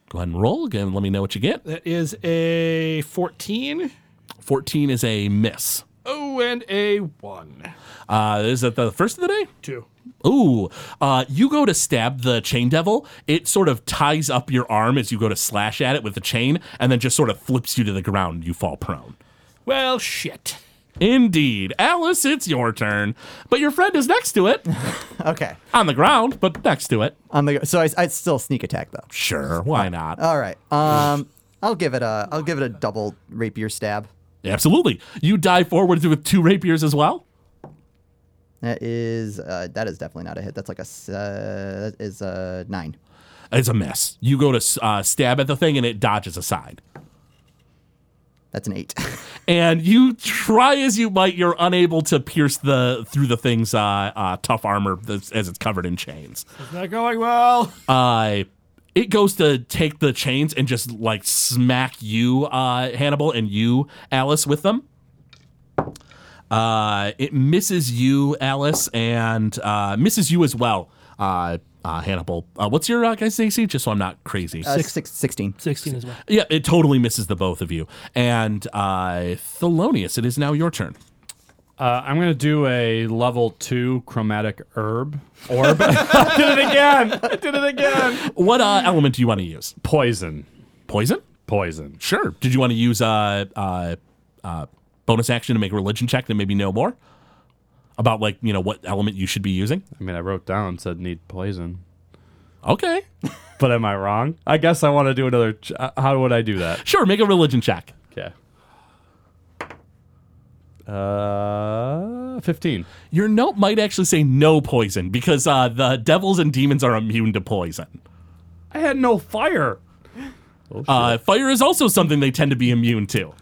[SPEAKER 6] Go ahead and roll again. Let me know what you get.
[SPEAKER 5] That is a 14.
[SPEAKER 6] 14 is a miss.
[SPEAKER 5] Oh, and a 1.
[SPEAKER 6] Uh, is that the first of the day?
[SPEAKER 5] 2.
[SPEAKER 6] Ooh, uh, you go to stab the chain devil. It sort of ties up your arm as you go to slash at it with the chain, and then just sort of flips you to the ground. and You fall prone.
[SPEAKER 5] Well, shit.
[SPEAKER 6] Indeed, Alice, it's your turn. But your friend is next to it,
[SPEAKER 3] (laughs) Okay.
[SPEAKER 6] on the ground, but next to it.
[SPEAKER 3] On the so I, I still sneak attack though.
[SPEAKER 6] Sure, why not?
[SPEAKER 3] All right. Um, I'll give it a I'll give it a double rapier stab.
[SPEAKER 6] Absolutely. You dive forward with two rapiers as well.
[SPEAKER 3] That is uh, that is definitely not a hit. That's like a s- uh, that is a nine.
[SPEAKER 6] It's a mess. You go to uh, stab at the thing, and it dodges aside.
[SPEAKER 3] That's an eight. (laughs)
[SPEAKER 6] and you try as you might you're unable to pierce the through the thing's uh, uh, tough armor that's- as it's covered in chains
[SPEAKER 5] It's not going well.
[SPEAKER 6] uh, it goes to take the chains and just like smack you uh, hannibal and you alice with them uh, it misses you alice and uh, misses you as well uh, uh, hannibal uh, what's your uh, guy's AC? just so i'm not crazy
[SPEAKER 3] Uh, six, six, 16.
[SPEAKER 5] 16 as well.
[SPEAKER 6] yeah it totally misses the both of you and uh, thelonious it is now your turn
[SPEAKER 4] Uh, I'm gonna do a level two chromatic herb (laughs) orb. I did it again. I did it again.
[SPEAKER 6] What uh, element do you want to use?
[SPEAKER 4] Poison.
[SPEAKER 6] Poison?
[SPEAKER 4] Poison.
[SPEAKER 6] Sure. Did you want to use uh, uh, uh, bonus action to make a religion check to maybe know more about like you know what element you should be using?
[SPEAKER 4] I mean, I wrote down said need poison.
[SPEAKER 6] Okay.
[SPEAKER 4] But am I wrong? I guess I want to do another. Ch- uh, how would I do that?
[SPEAKER 6] Sure. Make a religion check.
[SPEAKER 4] (laughs) Okay. Uh, fifteen.
[SPEAKER 6] Your note might actually say no poison because uh, the devils and demons are immune to poison.
[SPEAKER 4] I had no fire.
[SPEAKER 6] Uh, fire is also something they tend to be immune to.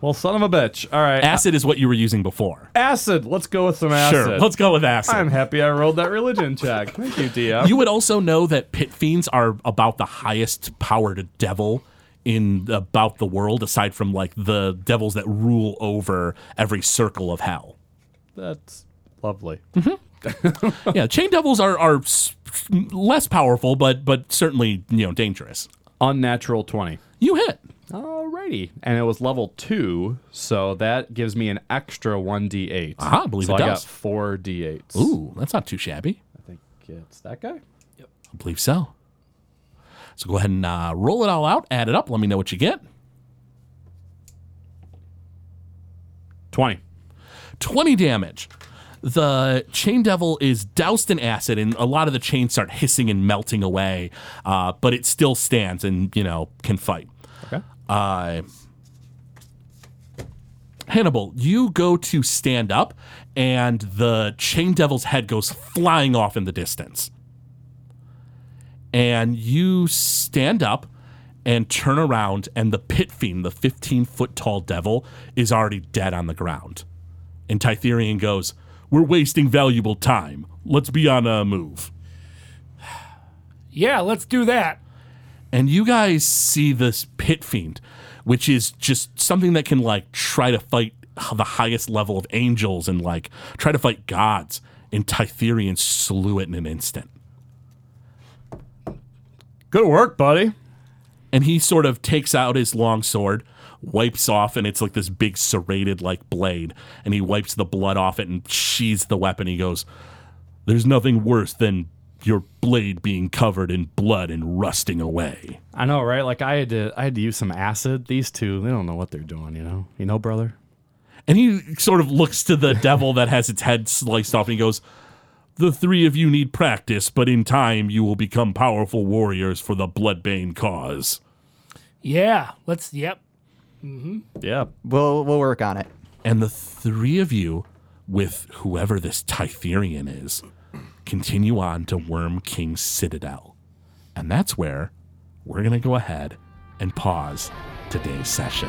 [SPEAKER 4] Well, son of a bitch. All right,
[SPEAKER 6] Acid is what you were using before.
[SPEAKER 4] acid. Let's go with some acid.
[SPEAKER 6] Sure. Let's go with acid.
[SPEAKER 4] I'm happy I rolled that religion check. Thank you, DM.
[SPEAKER 6] You would also know that pit fiends are about the highest powered devil in about the world, aside from like the devils that rule over every circle of hell.
[SPEAKER 4] That's lovely.
[SPEAKER 6] yeah, chain devils are are s- less powerful, but but certainly you know dangerous.
[SPEAKER 4] Unnatural twenty.
[SPEAKER 6] You hit.
[SPEAKER 4] Alrighty. And it was level two, so that gives me an extra 1d8.
[SPEAKER 6] Ah, I believe
[SPEAKER 4] so
[SPEAKER 6] it
[SPEAKER 4] I
[SPEAKER 6] does.
[SPEAKER 4] got four d8s.
[SPEAKER 6] Ooh, that's not too shabby.
[SPEAKER 4] I think it's that guy.
[SPEAKER 6] I believe so. So go ahead and uh, roll it all out, add it up. Let me know what you get.
[SPEAKER 4] 20.
[SPEAKER 6] 20 damage. The chain devil is doused in acid, and a lot of the chains start hissing and melting away, uh, but it still stands and, you know, can fight.
[SPEAKER 4] Okay.
[SPEAKER 6] Uh, Hannibal, you go to stand up, and the chain devil's head goes flying off in the distance. And you stand up and turn around, and the pit fiend, the 15 foot tall devil, is already dead on the ground. And Tytherian goes, We're wasting valuable time. Let's be on a move.
[SPEAKER 5] Yeah, let's do that.
[SPEAKER 6] and you guys see this pit fiend, which is just something that can like try to fight the highest level of angels and like try to fight gods. And Tytherian slew it in an instant.
[SPEAKER 4] Good work, buddy.
[SPEAKER 6] And he sort of takes out his long sword, wipes off, and it's like this big serrated like blade. And he wipes the blood off it and sheathes the weapon. He goes, There's nothing worse than your blade being covered in blood and rusting away.
[SPEAKER 4] I know, right? Like I had to I had to use some acid. These two, they don't know what they're doing, you know. You know, brother?
[SPEAKER 6] And he sort of looks to the devil that has its head sliced off and he goes, The three of you need practice, but in time you will become powerful warriors for the Bloodbane cause.
[SPEAKER 5] Yeah, let's. Yep.
[SPEAKER 4] Yeah.
[SPEAKER 3] We'll we'll work on it.
[SPEAKER 6] And the three of you, with whoever this Tytherian is, continue on to Worm King's Citadel. And that's where we're going to go ahead and pause today's session.